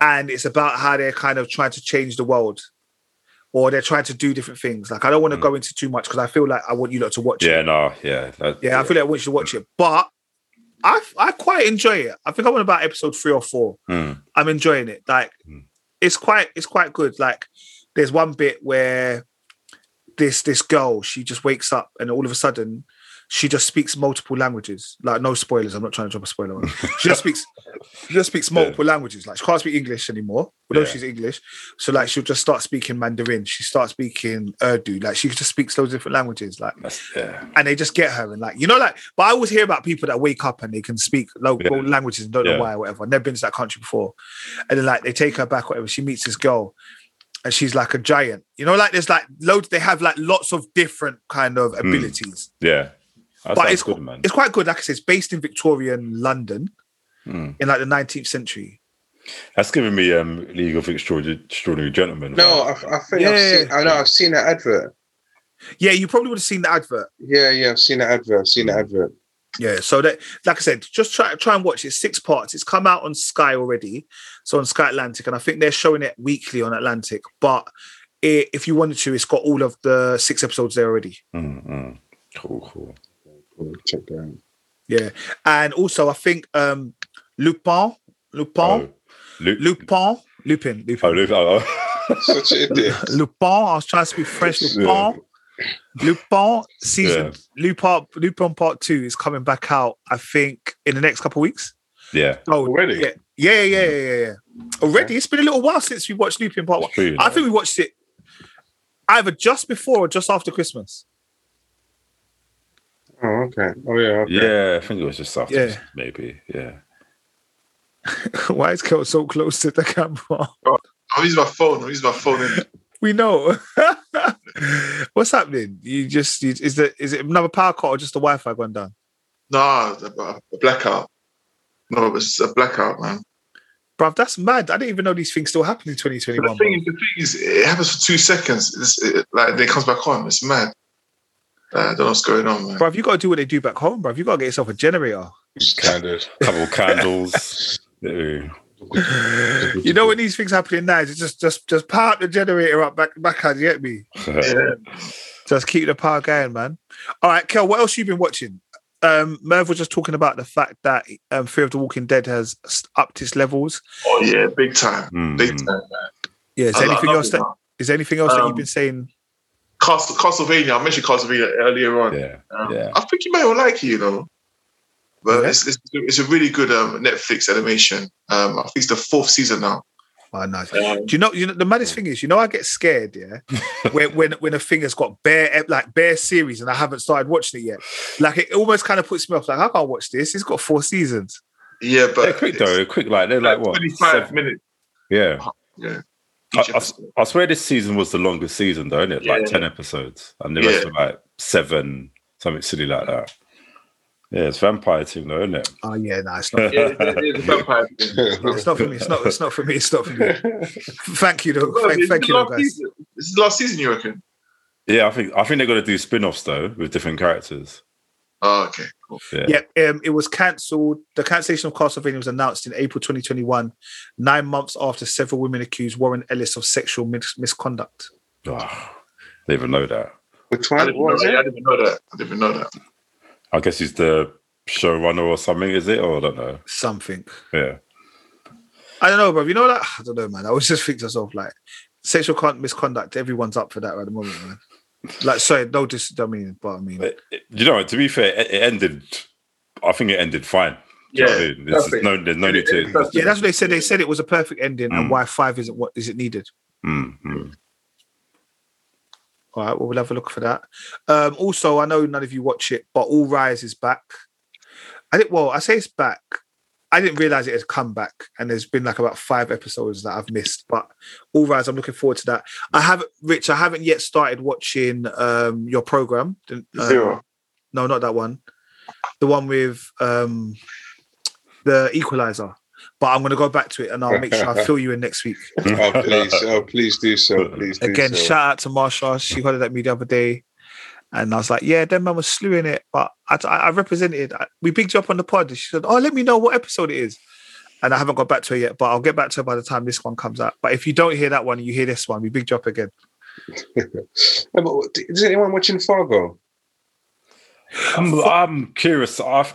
B: And it's about how they're kind of trying to change the world or they're trying to do different things. Like, I don't want to
A: Mm.
B: go into too much because I feel like I want you lot to watch
A: Yeah.
B: it.
A: No. Yeah. that-
B: Yeah, I feel like I want you to watch it. But I, I quite enjoy it. I think I'm on about episode three or four.
A: Mm.
B: I'm enjoying it. Like
A: Mm.
B: it's quite it's quite good. Like there's one bit where this this girl she just wakes up and all of a sudden she just speaks multiple languages. Like no spoilers. I'm not trying to drop a spoiler. on it. she just speaks she just speaks multiple languages. Like she can't speak English anymore. Although
A: Yeah.
B: she's English, so like she'll just start speaking Mandarin. She starts speaking Urdu. Like she just speaks loads of different languages. Like
A: That's, yeah.
B: and they just get her and like you know like but I always hear about people that wake up and they can speak local
A: Yeah.
B: languages and don't
A: Yeah.
B: know why or whatever. I've never been to that country before, and then like they take her back whatever. She meets this girl, and she's like a giant. You know like there's like loads. They have like lots of different kind of
A: Hmm.
B: abilities,
A: Yeah. That
B: but
A: sounds
B: it's
A: good, man.
B: it's quite good. Like I said, it's based in Victorian London
A: Mm.
B: in like the 19th century.
A: That's giving me um League of Extraordinary, Extraordinary Gentlemen.
D: No, I,
A: vibes, man.
D: I think I've
B: Yeah.
D: seen. I know I've seen that advert.
B: Yeah, you probably would have seen the advert.
D: Yeah, yeah, I've seen that advert. I've seen that advert.
B: Yeah, so that like I said, just try try and watch it. Six parts. It's come out on Sky already, so on Sky Atlantic, and I think they're showing it weekly on Atlantic. But it, if you wanted to, it's got all of the six episodes there already.
A: Mm, mm. Cool, cool.
D: Oh, Check that out.
B: Yeah, and also I think um Lupin, Lupin,
A: Oh, Lu-
B: Lupin, Lupin,
A: Oh,
B: Lupin,
A: Lu- oh, oh.
D: Such an idiot.
B: Lupin. I was trying to speak French. Lupin,
A: Yeah.
B: Lupin season Lupin Lupin Part Two is coming back out. I think in the next couple of weeks.
A: yeah.
B: Oh,
D: Already?
B: Yeah, yeah, yeah,
C: Oh,
B: yeah, yeah. yeah. Already, it's been a little while since we watched Lupin Part
A: It's
B: One.
A: true, you
B: I
A: know.
B: think we watched it either just before or just after Christmas.
D: Oh, okay. Oh, yeah. Okay.
A: Yeah, I think it was just after,
B: Yeah.
A: Christmas, maybe. Yeah.
B: Why is Kel so close to the camera?
C: I'll use Oh, my phone. I'll use my phone. In.
B: We know. What's happening? You just you, is the is it another power cut or just the Wi-Fi going down?
C: Nah, a a blackout. No, it was a blackout, man.
B: Bruv, that's mad. I didn't even know these things still happen in
C: The
B: 2021.
C: thing,
B: bruv.
C: is- the thing is, it happens for two seconds. It's, it, like then it comes back on. It's mad. Uh, I don't know what's going on, man.
B: Bruv, you gotta do what they do back home, bruv. You gotta get yourself a generator.
D: Kind of.
A: couple of candles. Yeah.
B: You know when these things happening now, it's just just just power up the generator up back back out, you get me?
C: Yeah.
B: Just keep the power going, man. All right, Kel, what else you been watching? Um, Merv was just talking about the fact that um, Fear of the Walking Dead has s- upped its levels.
C: Oh yeah, big time, big
A: Mm.
C: time. Man.
B: Yeah, is
C: I- I
B: there anything
C: love
B: else
C: it,
B: that
C: man.
B: is there anything else that you've
C: Um,
B: been saying?
C: Castle, Castlevania. I mentioned Castlevania earlier on.
A: Yeah.
C: Um,
A: Yeah.
C: I think you may well like it, you know. But
B: Yeah.
C: it's, it's it's a really good um, Netflix animation. Um, I think it's the fourth season now.
B: Oh, nice.
C: Um,
B: Do you know? You know the maddest thing is, you know, I get scared, yeah, when when when a thing has got bare ep- like bare series and I haven't started watching it yet. Like it almost kind of puts me off. Like I can't watch this. It's got four seasons.
C: yeah, but
A: They're quick though.
C: it's
A: They're quick. Like they're like what?
C: Twenty-five
A: seven-
C: minutes.
A: yeah.
C: Yeah.
A: I,
C: Each
A: I-
C: episode.
A: I swear this season was the longest season though, isn't it? Like
C: Yeah.
A: ten episodes, and the rest
C: Yeah.
A: were like seven, something silly like that. Yeah, it's vampire thing though, isn't it?
B: Oh yeah, no, it's not.
C: yeah, it- it- it's a vampire thing.
B: It's not for me. It's not. It's not for me. It's not for me. Thank you though.
C: Well,
B: Thank,
C: it's
B: thank
C: the
B: you though,
C: last
B: guys.
C: season. This is the last season, you reckon?
A: Yeah, I think I think they're gonna do spin-offs though with different characters.
C: Oh, okay. Cool.
B: Yeah, um, it was cancelled. The cancellation of Castlevania was announced in April 2021, nine months after several women accused Warren Ellis of sexual mis- misconduct.
A: Oh, they even know that.
D: Which
C: I
D: one?
C: didn't,
D: What was
C: know, that. I
D: it?
C: didn't even know that. I didn't even know that.
A: I guess he's the showrunner or something, is it? Or I don't know.
B: Something.
A: Yeah.
B: I don't know, bro. You know that? I don't know, man. I was just thinking to myself, like, sexual con- misconduct, everyone's up for that right at the moment, man. Like, sorry, no, just, I mean, but I mean,
A: It- it- you know, to be fair, it, it ended. I think it ended fine. Do you know what I mean? This is
C: perfect.
A: no, there's no need to.
B: yeah, that's what they said. They said it was a perfect ending and
A: Mm.
B: why five isn't what is it needed.
A: Mm, mm.
B: All right, well, we'll have a look for that. Um, also, I know none of you watch it, but All Rise is back. I didn't, well, I say it's back. I didn't realize it had come back, and there's been like about five episodes that I've missed. But All Rise, I'm looking forward to that. I haven't, Rich, I haven't yet started watching um, your program. Um,
D: Zero.
B: No, not that one. The one with um the equalizer. But I'm gonna go back to it and I'll make sure I fill you in next week.
D: Oh, please. Oh, please do so. Please do
B: Again,
D: so.
B: shout out to Marsha. She hollered at me the other day. And I was like, yeah, them man was slewing it. But I, I, I represented, I- we bigged you up on the pod. She said, oh, let me know what episode it is. And I haven't got back to her yet, but I'll get back to her by the time this one comes out. But if you don't hear that one, you hear this one, we bigged you up again.
D: Yeah, but d- Is anyone watching Fargo?
A: I'm, I'm curious. I've,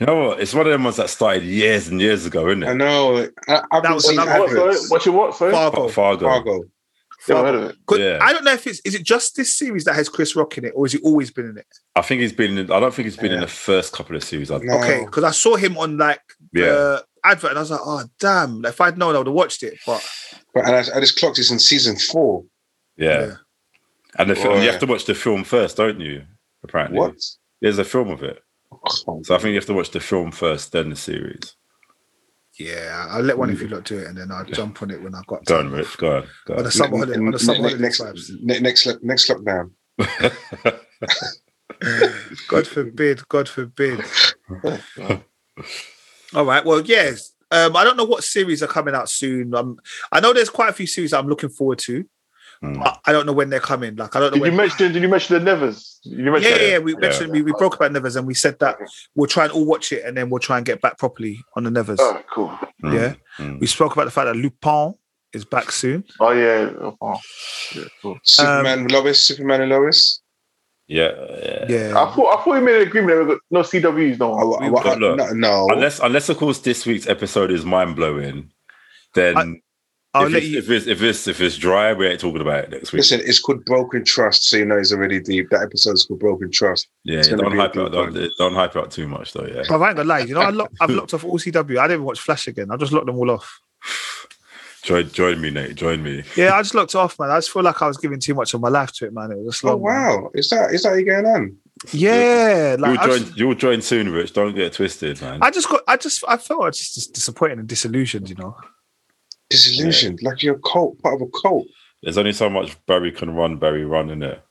A: you know what? It's one of them ones that started years and years ago, isn't
D: I
A: it?
D: know. I, I've
B: That
D: been
B: was
D: seeing
B: another one,
D: adverts.
C: What's your what? Sorry.
A: Fargo.
B: Fargo.
D: Fargo.
C: Never heard of it.
B: Could-
A: Yeah.
B: I don't know if it's, is it just this series that has Chris Rock in it or has he always been in it?
A: I think he's been. In, I don't think he's been in
D: Yeah.
A: the first couple of series. I,
D: No.
B: Okay, because I saw him on like
A: Yeah.
B: the advert and I was like, oh damn! Like, if I'd known, I would have watched it. But
D: But and I, I just clocked it's in season four.
A: yeah.
B: Yeah.
A: And the film,
D: Boy.
A: you have to watch the film first, don't you? Apparently,
D: What?
A: there's a film of it. So I think you have to watch the film first, then the series.
B: yeah, I'll let one of you lot do it, and then I'll jump on it when I've got
A: Go on,
B: time.
A: Rich. Go on. Go
B: On
A: on.
B: a summer
D: Ne-
B: holiday,
D: ne-
B: on a summer
D: ne-
B: holiday
D: next,
B: vibes.
D: ne- next, lo- next lockdown.
B: God forbid, God forbid. All right, well, yes. Um, I don't know what series are coming out soon. Um, I know there's quite a few series I'm looking forward to,
A: Mm.
B: but I don't know when they're coming. Like I don't know.
E: Did you
B: When...
E: mention? Did you mention the Nevers? Did you mention
B: Yeah, yeah,
E: that?
B: yeah, we mentioned we, we broke about Nevers and we said that we'll try and all watch it and then we'll try and get back properly on the Nevers.
C: Oh.
E: All right, Oh, cool.
A: Mm.
B: Yeah.
A: Mm.
B: We spoke about the fact that Lupin is back soon.
E: Oh yeah. Oh, yeah cool.
D: Superman and Lois. Superman and Lois.
A: Yeah, yeah.
B: Yeah.
E: I thought I thought we made an agreement. that we got No CWs, no.
D: Oh,
B: We-
D: well, I-
A: Look.
D: no, no.
A: Unless, unless of course, this week's episode is mind blowing. Then
B: I'll
A: if,
B: let
A: it's,
B: you.
A: if it's if it's if it's dry, we ain't talking about it next week.
D: Listen, it's called Broken Trust, so you know it's already deep. That episode's called Broken Trust.
A: yeah,
D: it's
A: yeah,
D: gonna
A: don't
D: be a
A: hype
D: deep
A: out. Don't, don't hype out too much though. Yeah,
B: Bruv, I ain't gonna lie. You know, I lo- I've locked off all CW. I didn't watch Flash again. I just locked them all off.
A: Join, join me, Nate. Join me.
B: Yeah, I just looked off, man. I just feel like I was giving too much of my life to it, man. It was just long.
D: Oh
B: man.
D: wow, is that is that you going on?
B: Yeah, like I
A: you'll
B: just,
A: join. You'll join soon, Rich. Don't get it twisted, man.
B: I just got, I just, I felt I was just dis- disappointed and disillusioned, you know.
D: Disillusioned, like you're a cult, part of a cult.
A: There's only so much Barry can run. Barry run in it.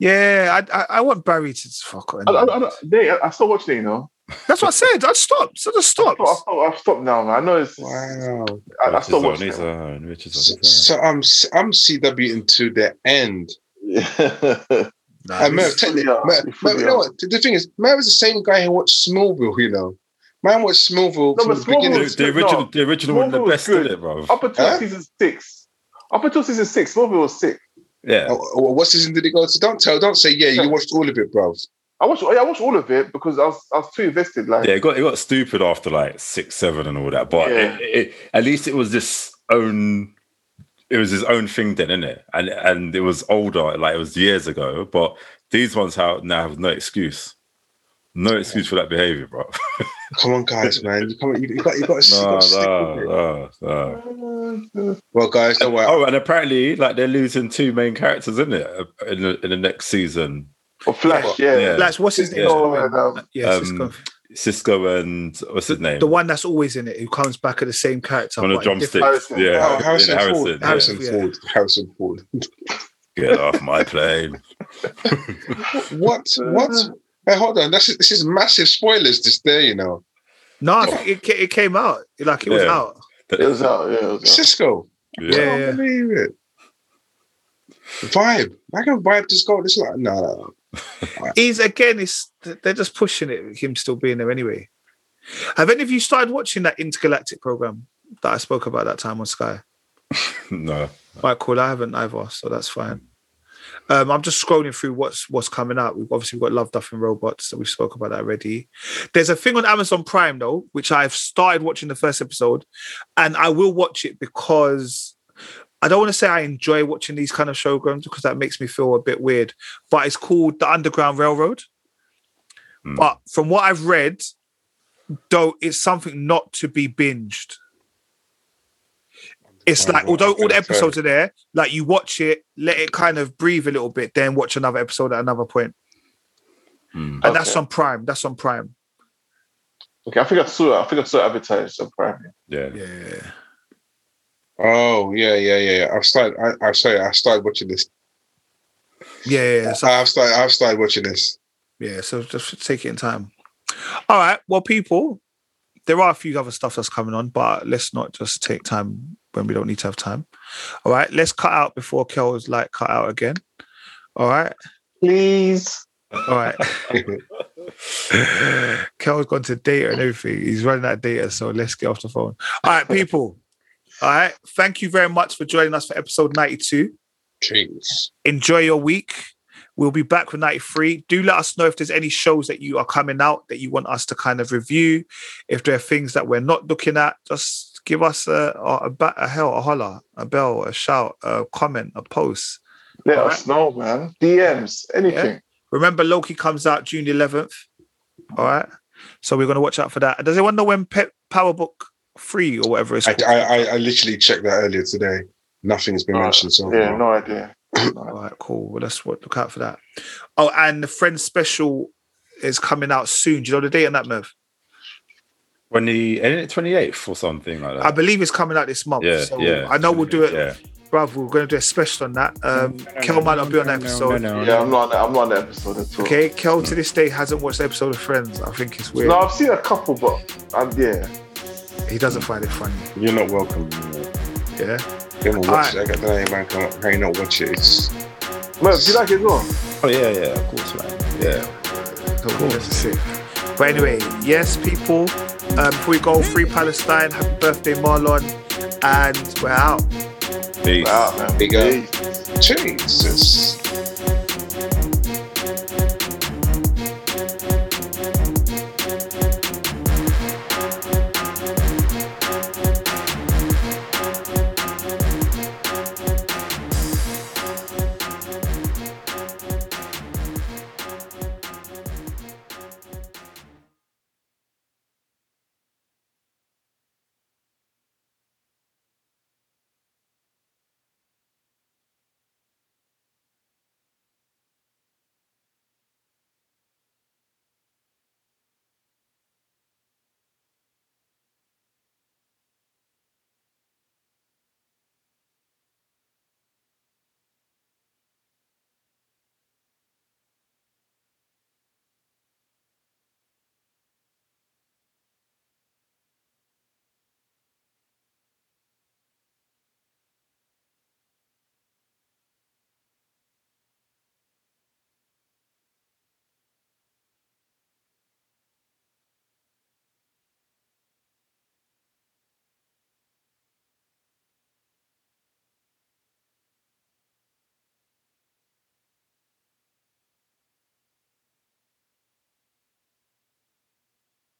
B: Yeah, I, I, I want Barry to just fuck it.
E: I, I, I, don't- they, I, I still watch it, you know.
B: That's what I said. I stopped. So just
E: I
B: stopped.
E: thought- I thought- I've stopped now, man. I know it's.
D: Wow.
E: I, I still
A: Rich
E: watch
A: is on his
E: it.
A: own. Rich is
D: So,
A: on his
D: so I'm s- I'm CW into the end.
B: Nah,
D: And Merv,
E: it's fully
D: technically,
E: out.
D: Merv,
E: It's fully
D: Merv, you know
E: out.
D: what? The- The thing is, Merv is the same guy who watched Smallville. You know, man watched Smallville
E: No,
D: from
E: but
D: the
E: Smallville
A: own.
D: beginning.
A: The, the original, the original one, the
E: Smallville was
A: best in
E: good.
A: it, bro.
E: Up until
D: Huh?
E: season six. Up until season six, Smallville was sick.
A: Yeah,
D: Oh, oh, what season did it go to? Don't tell, don't say. Yeah, you watched all of it, bro.
E: I watched. Yeah, I watched all of it because I was I was too invested. Like
A: yeah. It got it got stupid after like six, seven, and all that. But
E: Yeah.
A: it, it, at least it was this own. It was his own thing then, innit? And and it was older, like it was years ago. But these ones have now have no excuse, no excuse for that behavior, bro.
D: Come on, guys, man. You come on, you, you got you got to, you
A: no,
D: got to stick
A: no,
D: with it.
A: no, no.
E: uh,
D: Well, guys, don't worry.
A: Oh, and apparently, like they're losing two main characters, isn't it? uh, In the, in the next season,
E: or Flash, yeah.
A: Yeah.
B: Like, what's his name?
A: Yeah.
E: Oh, man, um,
B: Yeah, it's
A: Um,
B: gone.
A: Cisco and what's his name?
B: the one that's always in it who comes back at the same character.
A: on a
B: but in
A: drumstick.
B: different-
E: Harrison.
A: Yeah,
D: Oh, Harrison,
A: yeah,
D: Ford.
A: Harrison. yeah.
D: Harrison
B: yeah.
D: Ford. Harrison Ford.
A: Get off my plane.
D: What? What? Hey, hold on. That's this is massive spoilers. This day, you know,
B: No, I think it, ca- it came out. Like it was
A: Yeah.
B: out.
E: It was out. Yeah, it was out.
D: Cisco. I
A: Yeah.
D: can't
B: Yeah.
D: believe it. Vibe. I can vibe this goal. It's like no, no, no.
B: He's again. It's they're just pushing it. Him still being there anyway. Have any of you started watching that intergalactic program that I spoke about that time on Sky?
A: No.
B: Right, cool. I haven't either, so that's fine. Um, I'm just scrolling through what's what's coming out. We've obviously got Love, Duff, and Robots, so we spoke about that already. There's a thing on Amazon Prime though, which I've started watching the first episode, and I will watch it because I don't want to say I enjoy watching these kind of showgrounds because that makes me feel a bit weird. But it's called the Underground Railroad.
A: Hmm.
B: But from what I've read, though, it's something not to be binged. It's
D: Wow,
B: like
D: well,
B: although
D: I'm
B: all the
D: gonna try
B: episodes are there, like you watch it, let it kind of breathe a little bit, then watch another episode at another point.
A: Hmm.
B: And that's
E: Okay.
B: on Prime. That's on Prime.
E: Okay, I think I saw it. I think I saw it advertised on Prime.
A: Yeah.
B: Yeah.
D: Oh yeah, yeah, yeah. yeah. I've started. I, I'm sorry. I started watching this.
B: Yeah. yeah, so-
D: I've started. I've started watching this.
B: Yeah, so just take it in time. All right. Well, people, there are a few other stuff that's coming on, but let's not just take time when we don't need to have time. All right, let's cut out before Kel's like cut out again. All right,
E: Please.
B: all right. Kel's gone to data and everything. He's running out of data, so let's get off the phone. All right, people. All right. Thank you very much for joining us for episode 92
D: Jeez.
B: enjoy your week. We'll be back with 93. Do let us know if there's any shows that you are coming out that you want us to kind of review. If there are things that we're not looking at, just give us a, a, a, ba- a hell, a holler, a bell, a shout, a comment, a post.
E: Let
B: All
E: us know, man. DMs, anything.
B: Remember, Loki comes out June 11th. All right. So we're going to watch out for that. And Does anyone know when Pe- Power Book 3 or whatever it's
D: I,
B: called?
D: I, I, I literally checked that earlier today. Nothing's been
E: Right.
D: mentioned so
E: Yeah,
D: far.
E: no idea. No idea.
B: All right, cool. Well, let's wa- look out for that. Oh, and the Friends Special is coming out soon. Do you know the date on that, Merv?
A: When he ended it 28th or something like that.
B: I believe it's coming out this month.
A: yeah,
B: so
A: yeah.
B: I know we'll do it,
A: Yeah.
B: bruv. We're going to do a special on that. Um, Kel might not be on that episode.
E: Yeah, I'm not. on that- I'm not on that episode at all.
B: Okay, Kel to this day hasn't watched the episode of Friends. I think it's weird.
E: No, I've seen a couple, but um, yeah.
B: He doesn't find it funny.
D: You're not welcome. you know.
B: Yeah.
D: You're not watch
B: Alright.
D: it. I got that man. Come on, I ain't not watch it. It's
E: Merv, do you like it as well?
A: Oh, yeah, yeah. Of course, man. Yeah.
B: Don't cool. sick. But anyway, yes, people. Um, before we go, free Palestine. Happy birthday, Marlon. And we're out.
A: Peace.
E: Wow, man.
D: Big up.
E: Peace.
D: Jesus.